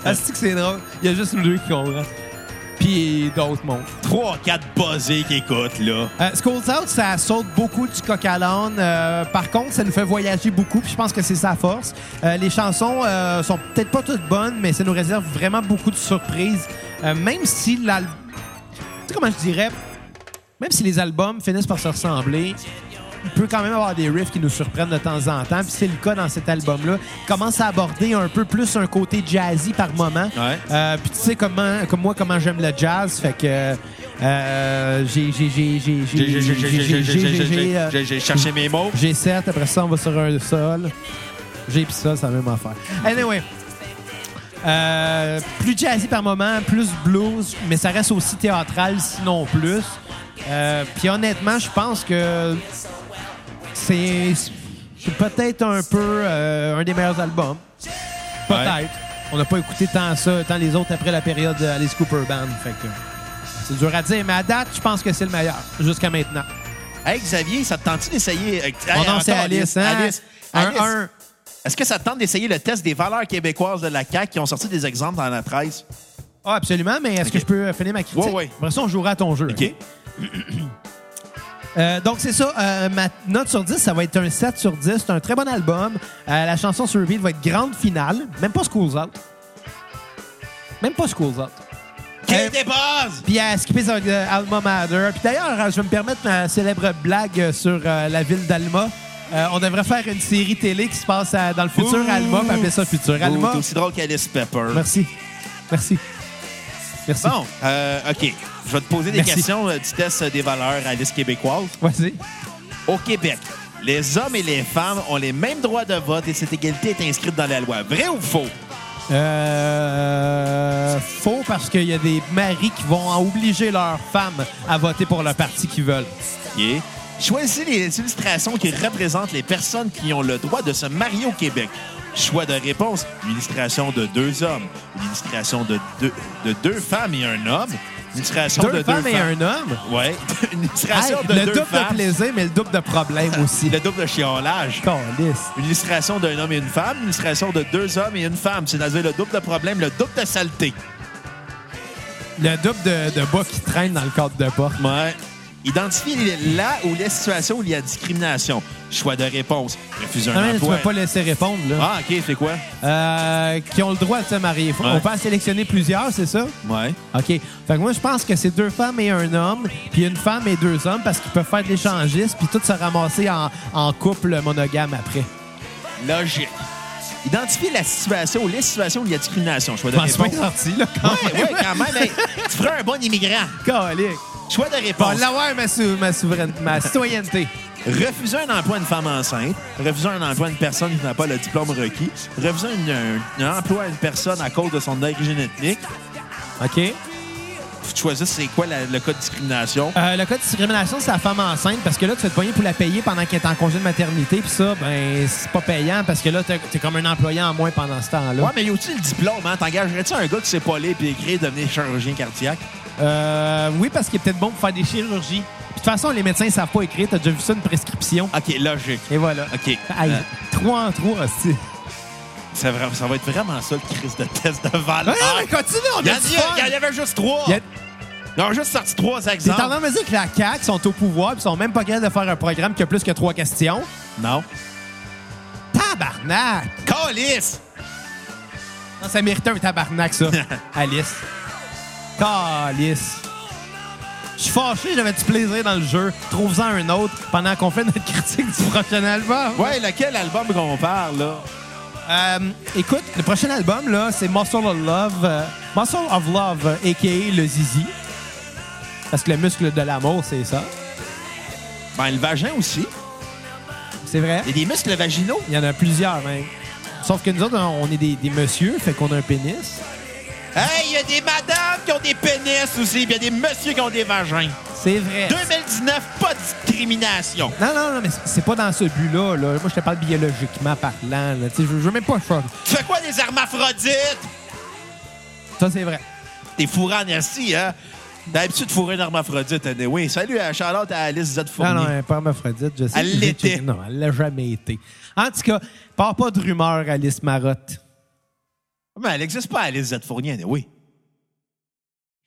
Ah, c'est-tu que c'est drôle. Il y a juste nous deux qui comprennent. Puis d'autres mondes.
3-4 buzzés qui écoutent, là.
Euh, School's Out, ça saute beaucoup du coq à l'âne. Euh, par contre, ça nous fait voyager beaucoup, puis je pense que c'est sa force. Euh, les chansons euh, sont peut-être pas toutes bonnes, mais ça nous réserve vraiment beaucoup de surprises. Euh, même si l'album... Tu sais comment je dirais? Même si les albums finissent par se ressembler, il peut quand même avoir des riffs qui nous surprennent de temps en temps, puis c'est le cas dans cet album-là. Il Commence à aborder un peu plus un côté jazzy par moment.
Ouais.
Euh, puis tu sais comment, comme moi, comment j'aime le jazz, fait que euh, j'ai j'ai j'ai j'ai j'ai j'ai j'ai j'ai j'ai j'ai euh,
J'ai j'ai cherché mes mots.
j'ai 7, après ça, on va sur un sol. J'ai pis ça, c'est la même affaire. Anyway. Euh, plus jazzy par moment, plus blues, mais ça reste aussi théâtral, sinon plus. Euh, Puis honnêtement, je pense que c'est c'est peut-être un peu euh, un des meilleurs albums. Peut-être.
Ouais.
On n'a pas écouté tant ça, tant les autres après la période de Alice Cooper Band. Fait que c'est dur à dire, mais à date, je pense que c'est le meilleur jusqu'à maintenant.
Hey, Xavier, ça te tente d'essayer... Hey,
Mon nom,
encore,
c'est Alice, hein?
Alice.
Un,
Alice,
un.
Est-ce que ça te tente d'essayer le test des valeurs québécoises de la CAQ qui ont sorti des exemples dans la presse?
Ah, absolument, mais est-ce que
Ok.
je peux finir ma critique?
Ouais, ouais.
Après ça, on jouera à ton jeu.
OK.
Euh, donc, c'est ça. euh, ma note sur 10, ça va être un 7 sur 10. C'est un très bon album. Euh, la chanson sur repeat va être grande finale. Même pas School's Out. Même pas School's Out.
Qui
Euh,
dépasse?
Puis à skipper son euh, Alma Mater. Puis d'ailleurs, euh, je vais me permettre ma célèbre blague euh, sur euh, la ville d'Alma. Euh, on devrait faire une série télé qui se passe à- dans le futur
Ouh.
Alma, puis appeler ça Futur Alma.
Ouh, T'es aussi drôle qu'Alice Pepper.
Merci. Merci. Merci.
Bon, euh, OK. Je vais te poser des
Merci.
questions euh, du test euh, des valeurs à liste québécoise.
Vas-y.
Au Québec, les hommes et les femmes ont les mêmes droits de vote et cette égalité est inscrite dans la loi. Vrai ou faux?
Euh, faux parce qu'il y a des maris qui vont obliger leurs femmes à voter pour le parti qu'ils veulent.
OK. Choisissez les illustrations qui représentent les personnes qui ont le droit de se marier au Québec. Choix de réponse, une illustration de deux hommes, une illustration de deux, de deux femmes et un homme, une illustration
Deux,
de
femmes
deux
et
femmes.
un homme.
Ouais, une illustration
Hey,
de
le
deux
double de
femmes.
plaisir, mais le double de problème aussi.
Le double chiolage.
Câlisse.
Une illustration d'un homme et une femme, une illustration de deux hommes et une femme. C'est-à-dire le double de problème, le double de saleté.
Le double de, de bas qui traîne dans le cadre de porte.
Ouais. Identifier les- là où les situations où il y a discrimination. Choix de réponse. Refuser
Non, Ah, mais
un
tu
emploi.
vas pas laisser répondre, là.
Ah, OK, c'est quoi?
Euh, qui ont le droit de se marier. Faut-
Ouais.
On peut en sélectionner plusieurs, c'est ça?
Ouais.
OK. Fait que moi, je pense que c'est deux femmes et un homme, puis une femme et deux hommes, parce qu'ils peuvent faire de l'échangiste, puis tout se ramasser en, en couple monogame après.
Logique. Identifier la situation ou les situations où il y a discrimination. Choix de
Je pense pas
réponse.
que c'est sorti, là, quand
Ouais,
même.
ouais, quand même. hey, tu ferais un bon immigrant.
Calique.
Choix de
Bon,
réponse.
l'avoir, ma, sou- ma souveraineté, ma citoyenneté.
Refuser un emploi à une femme enceinte, refuser un emploi à une personne qui n'a pas le diplôme requis, refuser une- un, un emploi à une personne à cause de son origine ethnique,
OK.
faut que tu choisisses c'est quoi la- le cas de discrimination.
Euh, le cas de discrimination, c'est la femme enceinte, parce que là, tu vas te pogner pour la payer pendant qu'elle est en congé de maternité, puis ça, ben, c'est pas payant, parce que là, t'es t'es comme un employé en moins pendant ce temps-là.
Ouais, mais y a-tu le diplôme, hein? T'engagerais-tu un gars qui sait pas lire puis écrire devenir chirurgien cardiaque?
Euh, oui, parce qu'il est peut-être bon pour faire des chirurgies. Puis, de toute façon, les médecins ne savent pas écrire. T'as déjà vu ça, une prescription.
OK, logique.
Et voilà.
OK.
Aïe,
Euh,
trois en trois, hostie.
ça, va- ça va être vraiment ça, le crise de test de valeur.
continue, on
Ah. Il y, en a- il y en avait juste trois.
Il y a-
Ils ont juste sorti trois
T'es en
exemples.
train de me dire que la CAQ sont au pouvoir ils sont même pas capables de faire un programme qui a plus que trois questions?
Non.
Tabarnak!
Calice!
Non, ça méritait un tabarnak, ça. Alice. Calice. Je suis fâché, j'avais du plaisir dans le jeu. Trouve-en un autre pendant qu'on fait notre critique du prochain album.
Ouais, lequel album qu'on parle, là?
Euh, écoute, le prochain album, là, c'est Muscle of Love, euh, Muscle of Love, euh, a.k.a. le zizi. Parce que le muscle de l'amour, c'est ça.
Ben, le vagin aussi.
C'est vrai.
Il y a des muscles vaginaux.
Il y en a plusieurs, même. Sauf que nous autres, on est des, des messieurs, fait qu'on a un pénis.
Hey, il y a des madames qui ont des pénis aussi, puis il y a des messieurs qui ont des vagins.
C'est vrai.
2019, pas de discrimination.
Non, non, non, mais c'est- c'est pas dans ce but-là. Là. Moi, je te parle biologiquement parlant. Là. Tu sais, Je, je veux même pas ça.
Tu fais quoi des hermaphrodites?
Ça, c'est vrai.
T'es fourré en esti, hein? T'as l'habitude de fourrer une hermaphrodite, anyway. Salut à Charlotte, à Alice, Z Fournier.
Non, non, euh, elle est pas hermaphrodite, je sais.
Elle
J'ai
l'était.
checké. Non, elle l'a jamais été. En tout cas, parle pas de rumeurs, Alice Marotte.
Mais elle n'existe pas, Alice Z Fournier, anyway.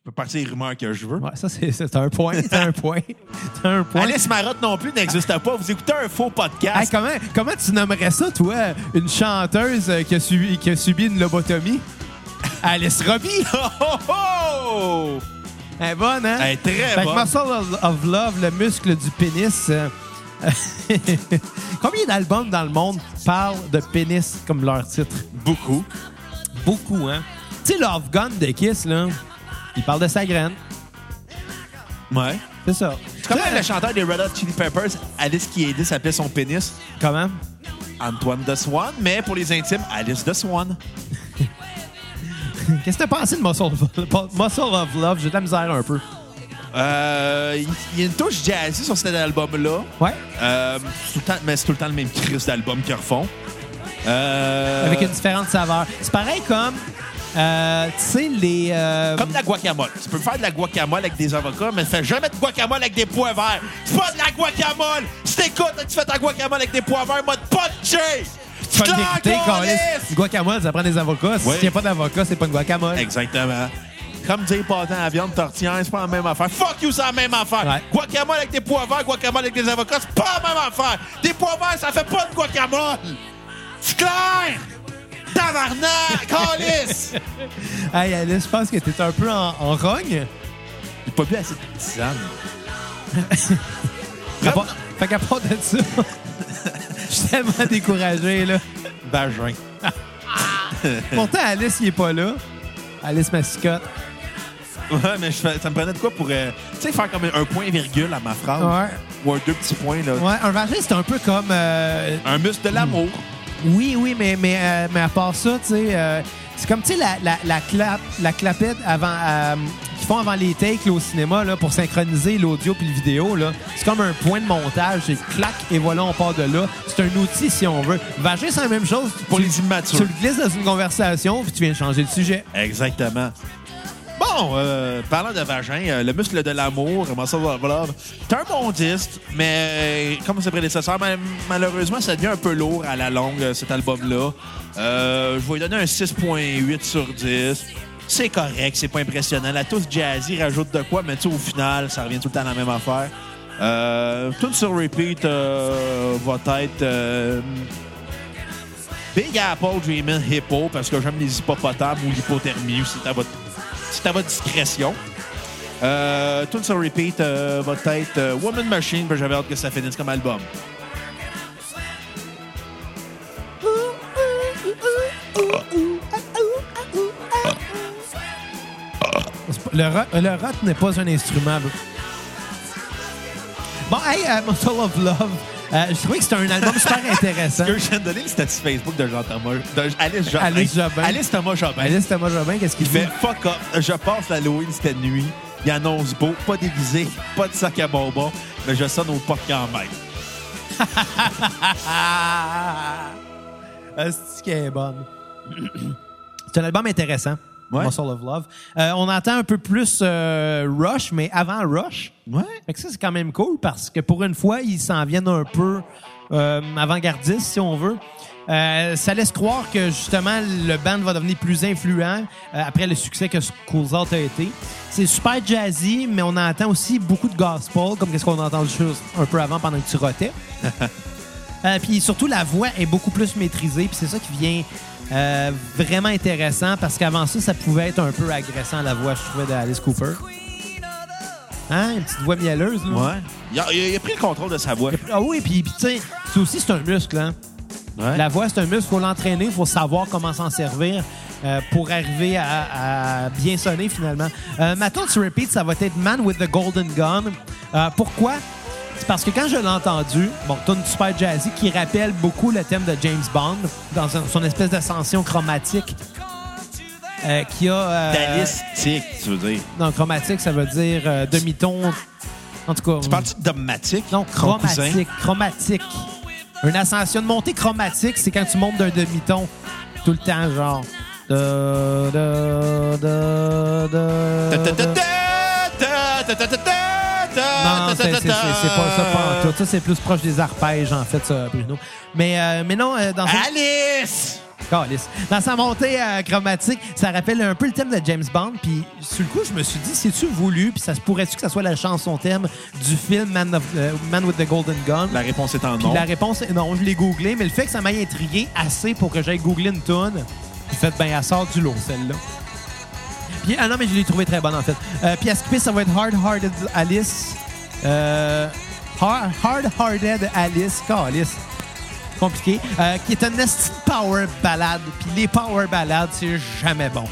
Je peux partir les rumeurs que je veux.
Ouais, ça, c'est c'est un point. C'est un point. C'est un point.
Alice Marotte non plus n'existe pas. Vous écoutez un faux
Hey,
podcast.
comment, comment tu nommerais ça, toi, une chanteuse euh, qui a subi, qui a subi une lobotomie? Alice Robbie!
Oh, oh, oh!
Elle est bonne, hein?
Elle est très
Fait que
bonne.
Muscle of- of Love, le muscle du pénis. euh, Combien d'albums dans le monde parlent de pénis comme leur titre?
Beaucoup.
Beaucoup, hein? Tu sais, Love Gun de Kiss, là, il parle de sa graine.
Ouais.
C'est ça.
Comment le chanteur des Red Hot Chili Peppers, Alice Kiedis, s'appelait son pénis
Comment?
Antoine de Swan, mais pour les intimes, Alice de Swan.
Qu'est-ce que t'as pensé de Muscle of, Muscle of Love? J'ai de la misère un peu.
Euh, Il y a une touche jazzy sur cet album-là.
Ouais?
Euh, c'est tout le temps- mais c'est tout le temps le même crise d'album qu'ils refont. Euh,
avec une différente saveur. C'est pareil comme, euh, tu sais, les... euh,
Comme de la guacamole. Tu peux faire de la guacamole avec des avocats, mais fais jamais de guacamole avec des pois verts. C'est pas de la guacamole! Si t'écoutes que tu fais ta guacamole avec des pois verts, mode pas de chase!
pas de vérité, câlisse. Une guacamole, ça prend des avocats. Si
Ouais.
il n'y a pas d'avocat, c'est pas une guacamole.
Exactement. Comme dire pâté à la viande tortillère, c'est pas la même affaire. Fuck you, c'est la même affaire.
Ouais.
Guacamole avec des pois verts, guacamole avec des avocats, c'est pas la même affaire. Des pois verts, ça fait pas de guacamole. C'est clair! Tabarnak! Calice!
Hey, Alice, je pense que t'es un peu en, en rogne.
J'ai pas bu assez de tisane.
À part- Fait qu'à part de ça, je suis tellement découragé, là.
Bajin.
Pourtant, Alice, il est pas là. Alice Mascotte.
Ouais, mais je fais- ça me prenait de quoi pour, euh, tu sais, faire comme un point-virgule à ma phrase.
Ouais.
Ou un deux petits points, là.
Ouais, un vagin, c'est un peu comme... euh,
Un muscle de l'amour.
oui, oui, mais, mais, euh, mais à part ça, tu sais, euh, c'est comme, tu sais, la, la, la, clap, la clapette avant, euh, qu'ils font avant les takes là, au cinéma là, pour synchroniser l'audio puis le vidéo. là. C'est comme un point de montage. C'est clac, et voilà, on part de là. C'est un outil, si on veut. Vagin, c'est la même chose.
Pour
Tu-
les immatures.
Tu le glisses dans une conversation, puis tu viens changer de sujet.
Exactement. Bon, euh, parlant de vagin, euh, le muscle de l'amour, comment ça va? Voilà. T'es un bon disque, mais euh, comme ses prédécesseurs, mal- malheureusement, ça devient un peu lourd à la longue, euh, cet album-là. Euh, je vais lui donner un 6.8 sur 10. C'est correct, c'est pas impressionnant. La touche jazzy rajoute de quoi, mais tu sais, au final, ça revient tout le temps à la même affaire. Euh, tout sur repeat euh, va être... euh, Big Apple Dreamin' Hippo parce que j'aime les hippopotames ou l'hypothermie, c'est à votre, c'est à votre discrétion. Euh, Tune sur repeat euh, va être euh, Woman Machine, parce que j'avais hâte que ça finisse comme album.
C'est pas- Le, ro- le rock n'est pas un instrument. bro. Bon, hey, euh, Muscle of Love, euh, je trouvais que c'était un album super intéressant.
Je viens de donner le statut Facebook de Jean Thomas, de Alice Jobin.
Alice Jobin.
Alice Thomas Jobin.
Alice Thomas Jobin, qu'est-ce qu'il
Il fait
fait?
fuck up. Je passe l'Halloween cette nuit. Il annonce beau, pas déguisé, pas de sac à bonbons, mais je sonne au porte quand même.
Ah! C'est qu'elle est bonne. C'est un album intéressant,
Ouais.
Muscle of Love. Euh, on entend un peu plus euh, Rush, mais avant Rush.
Ouais.
Fait que ça, c'est quand même cool parce que pour une fois, ils s'en viennent un peu euh, avant-gardistes, si on veut. Euh, ça laisse croire que justement le band va devenir plus influent euh, après le succès que Schools Out a été. C'est super jazzy, mais on entend aussi beaucoup de gospel, comme qu'est-ce qu'on a entendu juste un peu avant pendant que tu rotais. Euh, puis surtout, la voix est beaucoup plus maîtrisée, puis c'est ça qui vient euh, vraiment intéressant parce qu'avant ça, ça pouvait être un peu agressant la voix, je trouvais, d'Alice Cooper. Hein, une petite voix mielleuse, là.
Ouais. Il a, il a- il a pris le contrôle de sa voix.
Ah oui, puis puis tu sais, c'est aussi c'est un muscle. Hein?
Ouais.
La voix, c'est un muscle. faut l'entraîner, faut savoir comment s'en servir euh, pour arriver à, à bien sonner finalement. Euh, ma tune sur repeat, ça va être Man with the Golden Gun. Euh, pourquoi? C'est parce que quand je l'ai entendu, bon, tune super jazzy qui rappelle beaucoup le thème de James Bond dans son- son espèce d'ascension chromatique euh, qui a... euh,
D'Alice Tick, tu veux dire.
Non, chromatique, ça veut dire euh, demi-ton. En tout cas...
Tu parles-tu de dogmatique?
Non,
ton cousin?
chromatique. Chromatique. Une ascension, une montée chromatique, c'est quand tu montes d'un demi-ton tout le temps, genre. Da, da, da, da,
Ta- ta- ta-
da.
ta- ta- ta- ta- ta- ta-
Non,
ta- ta-
c'est c'est-
ta-
c'est- c'est pas ça, pas en tout. Ça, c'est plus proche des arpèges, en fait, ça, Bruno. Mais, euh, mais non, euh, dans
Ah!
son-
Alice!
Calisse. Dans sa montée euh, chromatique, ça rappelle un peu le thème de James Bond. Puis, sur le coup, je me suis dit, c'est-tu voulu? Puis, ça se pourrait-tu que ça soit la chanson thème du film Man, of- euh, Man with the Golden Gun?
La réponse est en
Puis
non.
la réponse est non, je l'ai googlé, mais le fait que ça m'a intrigué assez pour que j'aille googler une toune, j'ai fait, ben, elle sort du lot, celle-là. Puis, ah non, mais je l'ai trouvé très bonne, en fait. Euh, puis à skipper, ça va être Hard Hearted Alice. Euh, Hard Hearted Alice, Alice. Compliqué. Euh, qui est un esti de power ballade. Puis les power ballades, c'est jamais bon.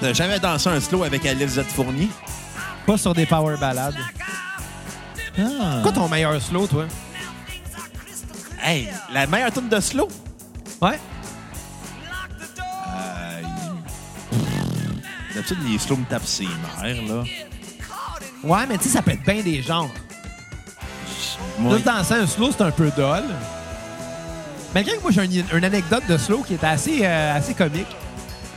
T'as jamais dansé un slow avec Alice Z. Fournier?
Pas sur des power ballades. Quoi ton meilleur slow, toi?
Hey, la meilleure tune de slow?
Ouais?
Euh, il- D'habitude, les slow me tapent ses nerfs, là.
Ouais, mais tu sais, ça peut être bien des genres.
Moi,
Juste danser un slow, c'est un peu dol. Malgré que moi, j'ai un- une anecdote de slow qui était assez, euh, assez comique.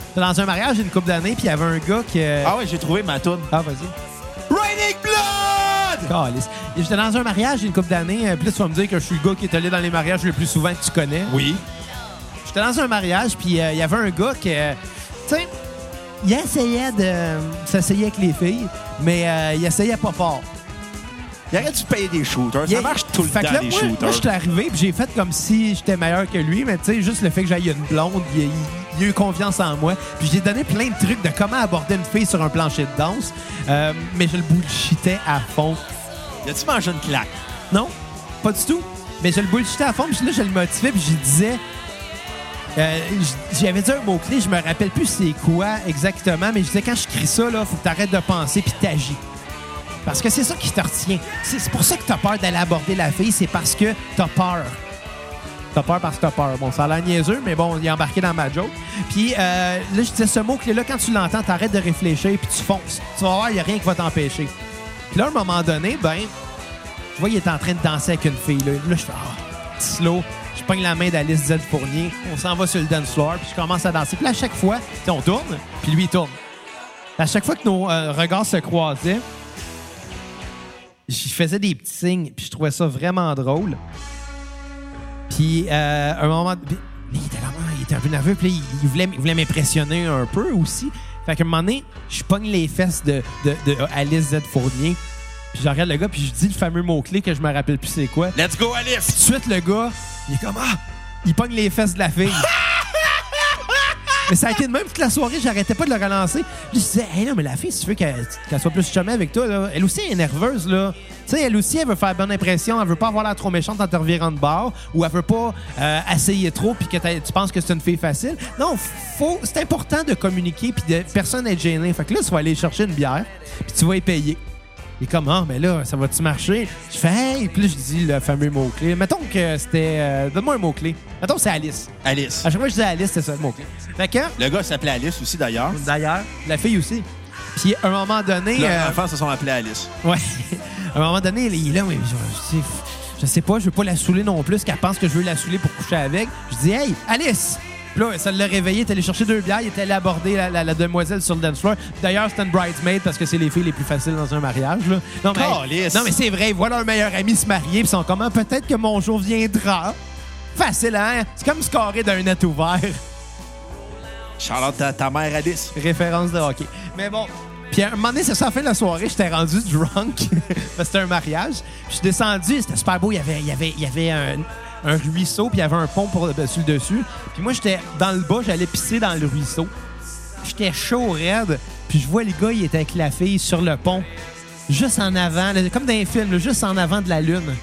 C'était dans un mariage il y a une couple d'années, puis il y avait un gars qui. euh,
Ah ouais, j'ai trouvé ma tune.
Ah, vas-y.
Raining Blood!
Calisse. Et J'étais dans un mariage il y a une couple d'années, euh, puis là, tu vas me dire que je suis le gars qui est allé dans les mariages le plus souvent que tu connais.
Oui.
J'étais dans un mariage, puis euh, il y avait un gars qui. euh, tu sais, il essayait de euh, s'essayer avec les filles, mais euh, il essayait pas fort.
Il aurait dû payer des shooters. Ça marche tout le
Fait que
temps,
là,
les
moi,
shooters.
Moi, je suis arrivé puis j'ai fait comme si j'étais meilleur que lui, mais tu sais, juste le fait que j'aille une blonde, il, il- il a eu confiance en moi. Puis j'ai donné plein de trucs de comment aborder une fille sur un plancher de danse, Euh, mais je le bullshitais à fond.
Y a-tu mangé une claque?
Non, pas du tout. Mais je le bullshitais à fond, puis là, je le motivais, puis je disais. euh, j- J'avais dit un mot-clé, je me rappelle plus c'est quoi exactement, mais je disais quand je crie ça, là, faut que t'arrêtes de penser puis t'agis. Parce que c'est ça qui te retient. C'est c'est pour ça que t'as peur d'aller aborder la fille, c'est parce que t'as peur. T'as peur parce que t'as peur. Bon, ça a l'air niaiseux, mais bon, il est embarqué dans ma joke. Puis euh, là, je disais ce mot-clé-là, quand tu l'entends, t'arrêtes de réfléchir puis tu fonces. Tu vas voir, il n'y a rien qui va t'empêcher. Puis là, à un moment donné, ben, je vois, il est en train de danser avec une fille. Là, Là, je fais Ah, petit slow. Je pogne la main d'Alice Zell Fournier. On s'en va sur le dance floor. Puis je commence à danser. Puis là, à chaque fois, tu sais, on tourne. Puis lui, il tourne. À chaque fois que nos euh, regards se croisaient, je faisais des petits signes. Puis je trouvais ça vraiment drôle. Puis euh, à un moment. puis- mais il était vraiment- il était un peu nerveux. Puis là, il- il voulait, il voulait m'impressionner un peu aussi. Fait qu'à un moment donné, je pogne les fesses de, de, de Alice Z. Fournier. Puis je regarde le gars, puis je dis le fameux mot-clé que je me rappelle plus c'est quoi. Tout
Let's go, Alice!
de suite, le gars, il est comme Ah! Il pogne les fesses de la fille. mais ça a été de même toute la soirée, j'arrêtais pas de le relancer. Puis je disais, hey non, mais la fille, si tu veux qu'elle qu'elle soit plus chumée avec toi, là, elle aussi elle est nerveuse, là. Tu sais, elle aussi, elle veut faire bonne impression, elle veut pas avoir l'air trop méchante en te revirant de bord, ou elle veut pas euh, essayer trop puis que t'as- tu penses que c'est une fille facile. Non, faut, c'est important de communiquer puis de personne n'est gêné. Fait que là, tu vas aller chercher une bière puis tu vas y payer. Il est comme, ah, mais là, ça va-tu marcher? Je fais, hey! Puis là, je dis le fameux mot-clé. Mettons que c'était. euh, Donne-moi un mot-clé. Mettons que c'est Alice.
Alice.
À chaque fois que Ah, je disais Alice, c'était ça le mot-clé. Fait que,
Le gars s'appelait Alice aussi, d'ailleurs.
d'ailleurs, la fille aussi. Puis à un moment donné.
Leurs
euh,
enfants se sont appelés Alice.
Ouais. À un moment donné, il est là, mais je, je sais- je sais pas, je veux pas la saouler non plus, qu'elle pense que je veux la saouler pour coucher avec. Je dis, hey, Alice! Puis là, ça l'a réveillé, est allé chercher deux bières, il est allé aborder la, la- la demoiselle sur le dance floor. D'ailleurs, c'était une bridesmaid parce que c'est les filles les plus faciles dans un mariage. Là. Non, mais,
Calisse!
non, mais c'est vrai, ils voient leur meilleur ami se marier, puis ils sont comme, Ah, peut-être que mon jour viendra. Facile, hein? C'est comme scorer d'un net ouvert.
Charlotte, ta, ta mère Alice.
Référence de hockey. Mais bon. Puis à un moment donné, c'est ça, à la fin de la soirée, j'étais rendu drunk. parce que c'était un mariage. Je suis descendu, c'était super beau. Il y avait, il y avait, il y avait un, un ruisseau, puis il y avait un pont pour, sur le dessus. Puis moi, j'étais dans le bas, j'allais pisser dans le ruisseau. J'étais chaud, raide. Puis je vois les gars, ils étaient avec la fille sur le pont, juste en avant, là, comme dans un film, là, juste en avant de la lune.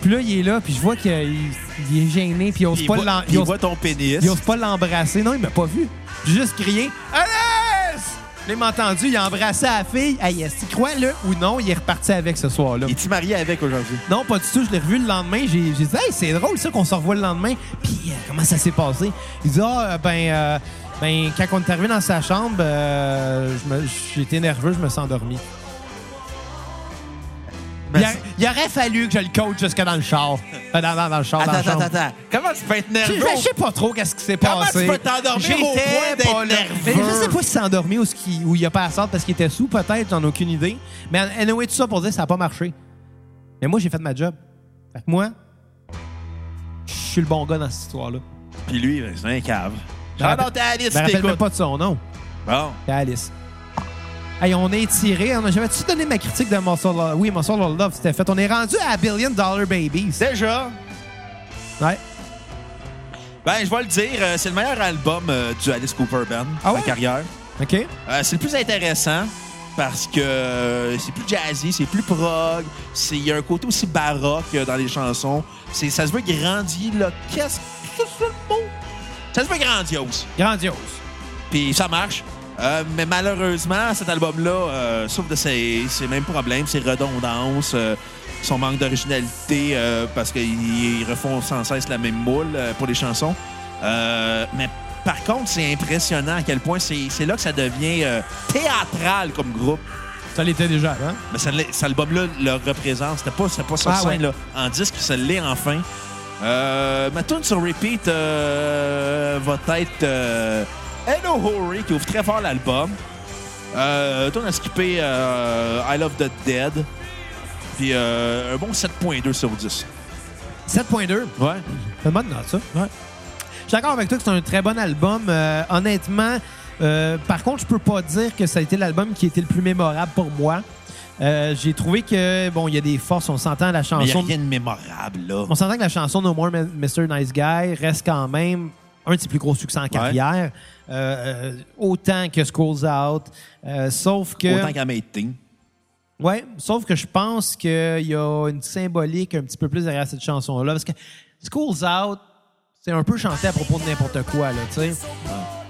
Puis là, il est là, puis je vois qu'il il est gêné, puis il ose
Il
pas
voit-
l'en-
il
il ose
voit ton pénis.
il n'ose pas l'embrasser. Non, il m'a pas vu. J'ai juste crié Alice! Là, il m'a entendu, il a embrassé la fille. Hey, est-ce qu'il croit, là, ou non, il est reparti avec ce soir-là.
Il est marié avec aujourd'hui?
Non, pas du tout. Je l'ai revu le lendemain. J'ai j'ai dit, hey, c'est drôle, ça, qu'on se revoit le lendemain. Puis, euh, comment ça s'est passé? Il dit, ah, euh, ben, euh, ben, quand on est arrivé dans sa chambre, euh, je me- j'étais nerveux, je me suis endormi.
Ben,
Il, a- il aurait fallu que je le coach jusqu'à dans le char. Euh, Dans, dans- dans le char, dans
Attends,
la
attends,
chambre.
attends, attends. Comment tu peux être
Je,
nerveux?
je sais pas trop qu'est-ce qui s'est
Comment
passé.
tu peux t'endormir au point d'être
pas là.
nerveux?
Mais Je sais pas s'il s'est endormi ou, ce qui- ou il a pas la sorte parce qu'il était sous, peut-être, j'en ai aucune idée. Mais anyway, tout ça pour dire que ça n'a pas marché. Mais moi, j'ai fait ma job. Fait que moi, je suis le bon gars dans cette histoire-là.
Puis lui, ben, c'est un cave.
Je me rappelle-
Charlotte Alice,
Je me rappelle même
t'écoutes.
pas de son nom.
Bon.
C'est Alice. Hey, on est tiré. On a- J'avais-tu donné ma critique de Muscle Love? Oui, Muscle Love, c'était fait. On est rendu à Billion Dollar Babies.
Déjà,
Ouais.
ben, je vais le dire, euh, c'est le meilleur album euh, du Alice Cooper Band,
Ah
en
ouais?
carrière.
OK?
Euh, c'est le plus intéressant parce que euh, c'est plus jazzy, c'est plus prog, c'est- il y a un côté aussi baroque euh, dans les chansons. C'est, ça se veut grandiose, là. Qu'est-ce que c'est le mot? Ça se veut grandiose.
Grandiose.
Puis ça marche. Euh, mais malheureusement, cet album-là euh, souffre de ses, ses mêmes problèmes, ses redondances, euh, son manque d'originalité euh, parce qu'ils ils refont sans cesse la même moule euh, pour les chansons. Euh, mais par contre, c'est impressionnant à quel point c'est c'est là que ça devient euh, théâtral comme groupe.
Ça l'était déjà avant.
Mais ça l'est- cet album-là le représente. C'était pas, c'était pas sur
Ah,
scène,
ouais.
là. En disque, ça l'est enfin. Euh, ma tune sur repeat euh, va être euh, Hello Hurry, qui ouvre très fort l'album. Euh, tune à skipper euh, I Love the Dead. Puis euh, un bon 7.2 sur 10.
7.2.
Ouais.
C'est une bonne note, ça. Je suis d'accord avec toi que c'est un très bon album. Euh, honnêtement, euh, par contre, je peux pas dire que ça a été l'album qui était le plus mémorable pour moi. Euh, J'ai trouvé que, bon, il y a des forces. On s'entend la
Mais il n'y a
chanson.
rien de mémorable, là.
On s'entend que la chanson No More Mr. Nice Guy reste quand même un de ses plus gros succès en carrière. Euh, euh, autant que Schools Out. Euh, sauf que.
Autant qu'à Mating.
Ouais, sauf que je pense qu'il y a une symbolique un petit peu plus derrière cette chanson-là. Parce que School's Out, c'est un peu chanté à propos de n'importe quoi, là, tu sais.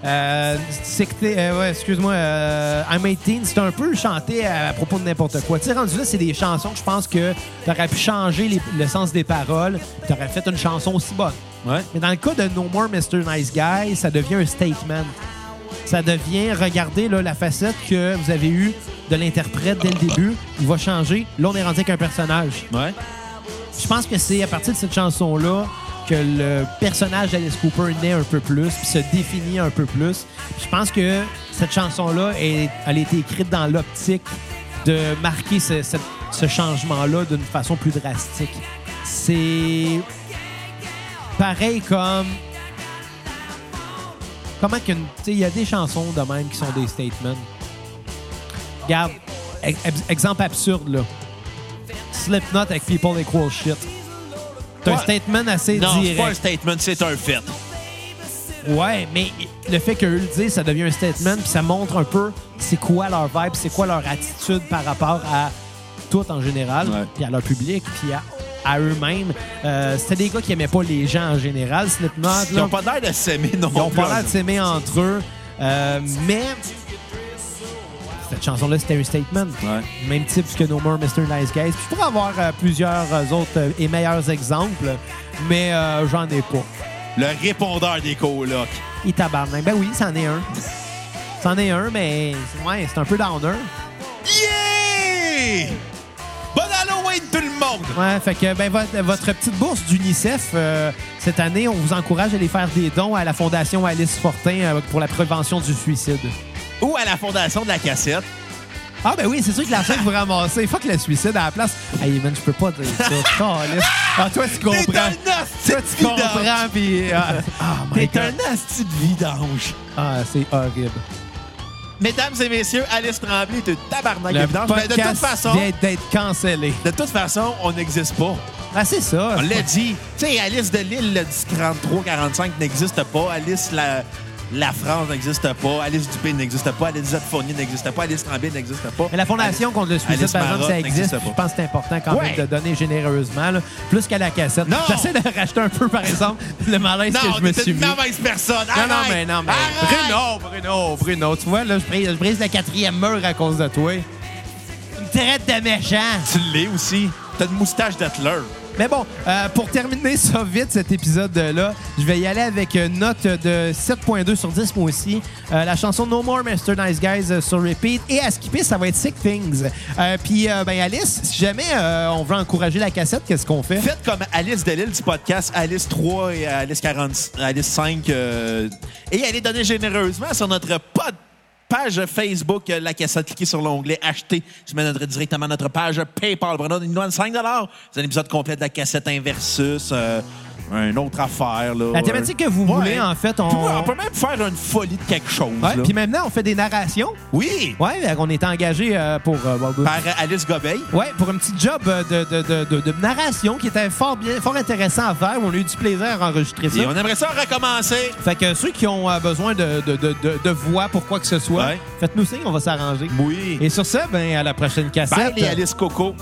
Euh, c'est que t'es- euh, ouais, excuse-moi, euh, I'm 18, c'est un peu chanté à, à propos de n'importe quoi. Tu sais, rendu là, c'est des chansons que je pense que t'aurais pu changer les- le sens des paroles, t'aurais fait une chanson aussi bonne.
Ouais.
Mais dans le cas de No More Mr. Nice Guy, ça devient un statement. Ça devient, regardez là, la facette que vous avez eue de l'interprète dès le début. Il va changer. Là, on est rendu avec un personnage.
Ouais.
Je pense que c'est à partir de cette chanson-là que le personnage d'Alice Cooper naît un peu plus, puis se définit un peu plus. Je pense que cette chanson-là, est- elle a été écrite dans l'optique de marquer ce, cette- ce changement-là d'une façon plus drastique. C'est pareil comme... Comment qu'une... tu sais, Il y a des chansons de même qui sont des statements. Regarde, ex- exemple absurde, là. Slipknot avec People Equal Shit. C'est un
Ouais.
statement assez
Non, c'est pas un
direct.
statement, c'est un fait.
Ouais, mais le fait qu'eux le disent, ça devient un statement, puis ça montre un peu c'est quoi leur vibe, c'est quoi leur attitude par rapport à tout en général,
Ouais.
puis à leur public, puis à, à eux-mêmes. Euh, C'était des gars qui aimaient pas les gens en général, Slipknot.
Ils
là.
n'ont pas l'air de s'aimer non
Ah, Ils ont
plus.
pas l'air de s'aimer entre eux, euh, mais cette chanson-là, c'était un statement.
Ouais.
Même type que No More Mr. Nice Guys. Puis je pourrais avoir euh, plusieurs euh, autres euh, et meilleurs exemples, mais euh, j'en ai pas.
Le répondeur des colocs.
Et tabarnak. Ben oui, c'en est un. C'en est un, mais ouais, c'est un peu downer.
Yeah! Bon Halloween, tout le monde!
Ouais, fait que ben, votre, votre petite bourse d'UNICEF, euh, cette année, on vous encourage à aller faire des dons à la Fondation Alice Fortin euh, pour la prévention du suicide.
Ou à la fondation de la cassette.
Ah ben oui, c'est sûr que la chaîne vous ramassez. Fuck le suicide à la place. Hey man, je peux pas dire ça. Caliste. Ah toi tu comprends. Toi
T'es un asti
tu
de vidange.
comprends puis ah, ah, my
T'es
God.
un asti de vidange.
Ah c'est horrible.
Mesdames et messieurs, Alice Tremblay est un tabarnak de
Le
vidange. Mais de toute
podcast
façon,
vient d'être cancellé.
de toute façon, on n'existe pas.
Ah c'est ça.
On l'a dit. Tu sais, Alice de Lille, le 10-43-45 n'existe pas. Alice la, la France n'existe pas. Alice Dupé n'existe pas. Alice Zette Fournier n'existe pas. Alice Tremblay n'existe pas.
Mais la Fondation contre le suicide,
Alice
par exemple,
Marotte
ça existe.
n'existe
puis Je
pas.
pense que c'est important quand même
Ouais.
de donner généreusement, là, plus qu'à la cassette.
Non!
J'essaie de racheter un peu, par exemple, le malaise
Non,
que je me
t'es
suis
une
mis.
mauvaise personne.
Non, non,
Arrête!
mais non, mais.
Arrête!
Bruno, Bruno, Bruno, tu vois, là, je brise, je brise la quatrième mur à cause de toi. Tu me traites de méchant.
Tu l'es aussi. T'as une moustache d'Atler.
Mais bon, euh, pour terminer ça vite, cet épisode-là, je vais y aller avec une note de 7.2 sur 10, moi aussi. Euh, la chanson No More Mr. Nice Guys euh, sur repeat. Et à skipper, ça va être Sick Things. Euh, Puis, euh, ben Alice, si jamais euh, on veut encourager la cassette, qu'est-ce qu'on fait?
Faites comme Alice de Lille du podcast Alice 3 et Alice, 40, Alice 5 euh, et allez donner généreusement sur notre pod- page Facebook, euh, la cassette, cliquez sur l'onglet Acheter. Ça mène notre- directement à notre page PayPal. Bruno, il nous donne 5 C'est un épisode complet de la cassette Inversus. euh, une autre affaire. Là,
La thématique que vous voulez, en fait, on-
Puis ouais, on peut même faire une folie de quelque chose.
Ouais,
là.
Puis maintenant, on fait des narrations.
Oui!
Ouais, ben, on est engagé euh, pour. euh, bon,
Par euh, Alice Gobeil.
Ouais, pour un petit job euh, de, de- de- de- de narration qui était fort bien, fort intéressant à faire. On a eu du plaisir à enregistrer ça.
Et on aimerait ça recommencer.
Fait que ceux qui ont euh, besoin de, de, de, de, de voix pour quoi que ce soit,
Ouais.
faites-nous signe, on va s'arranger.
Oui.
Et sur ce, ben, à la prochaine cassette.
Bye les Alice Coco.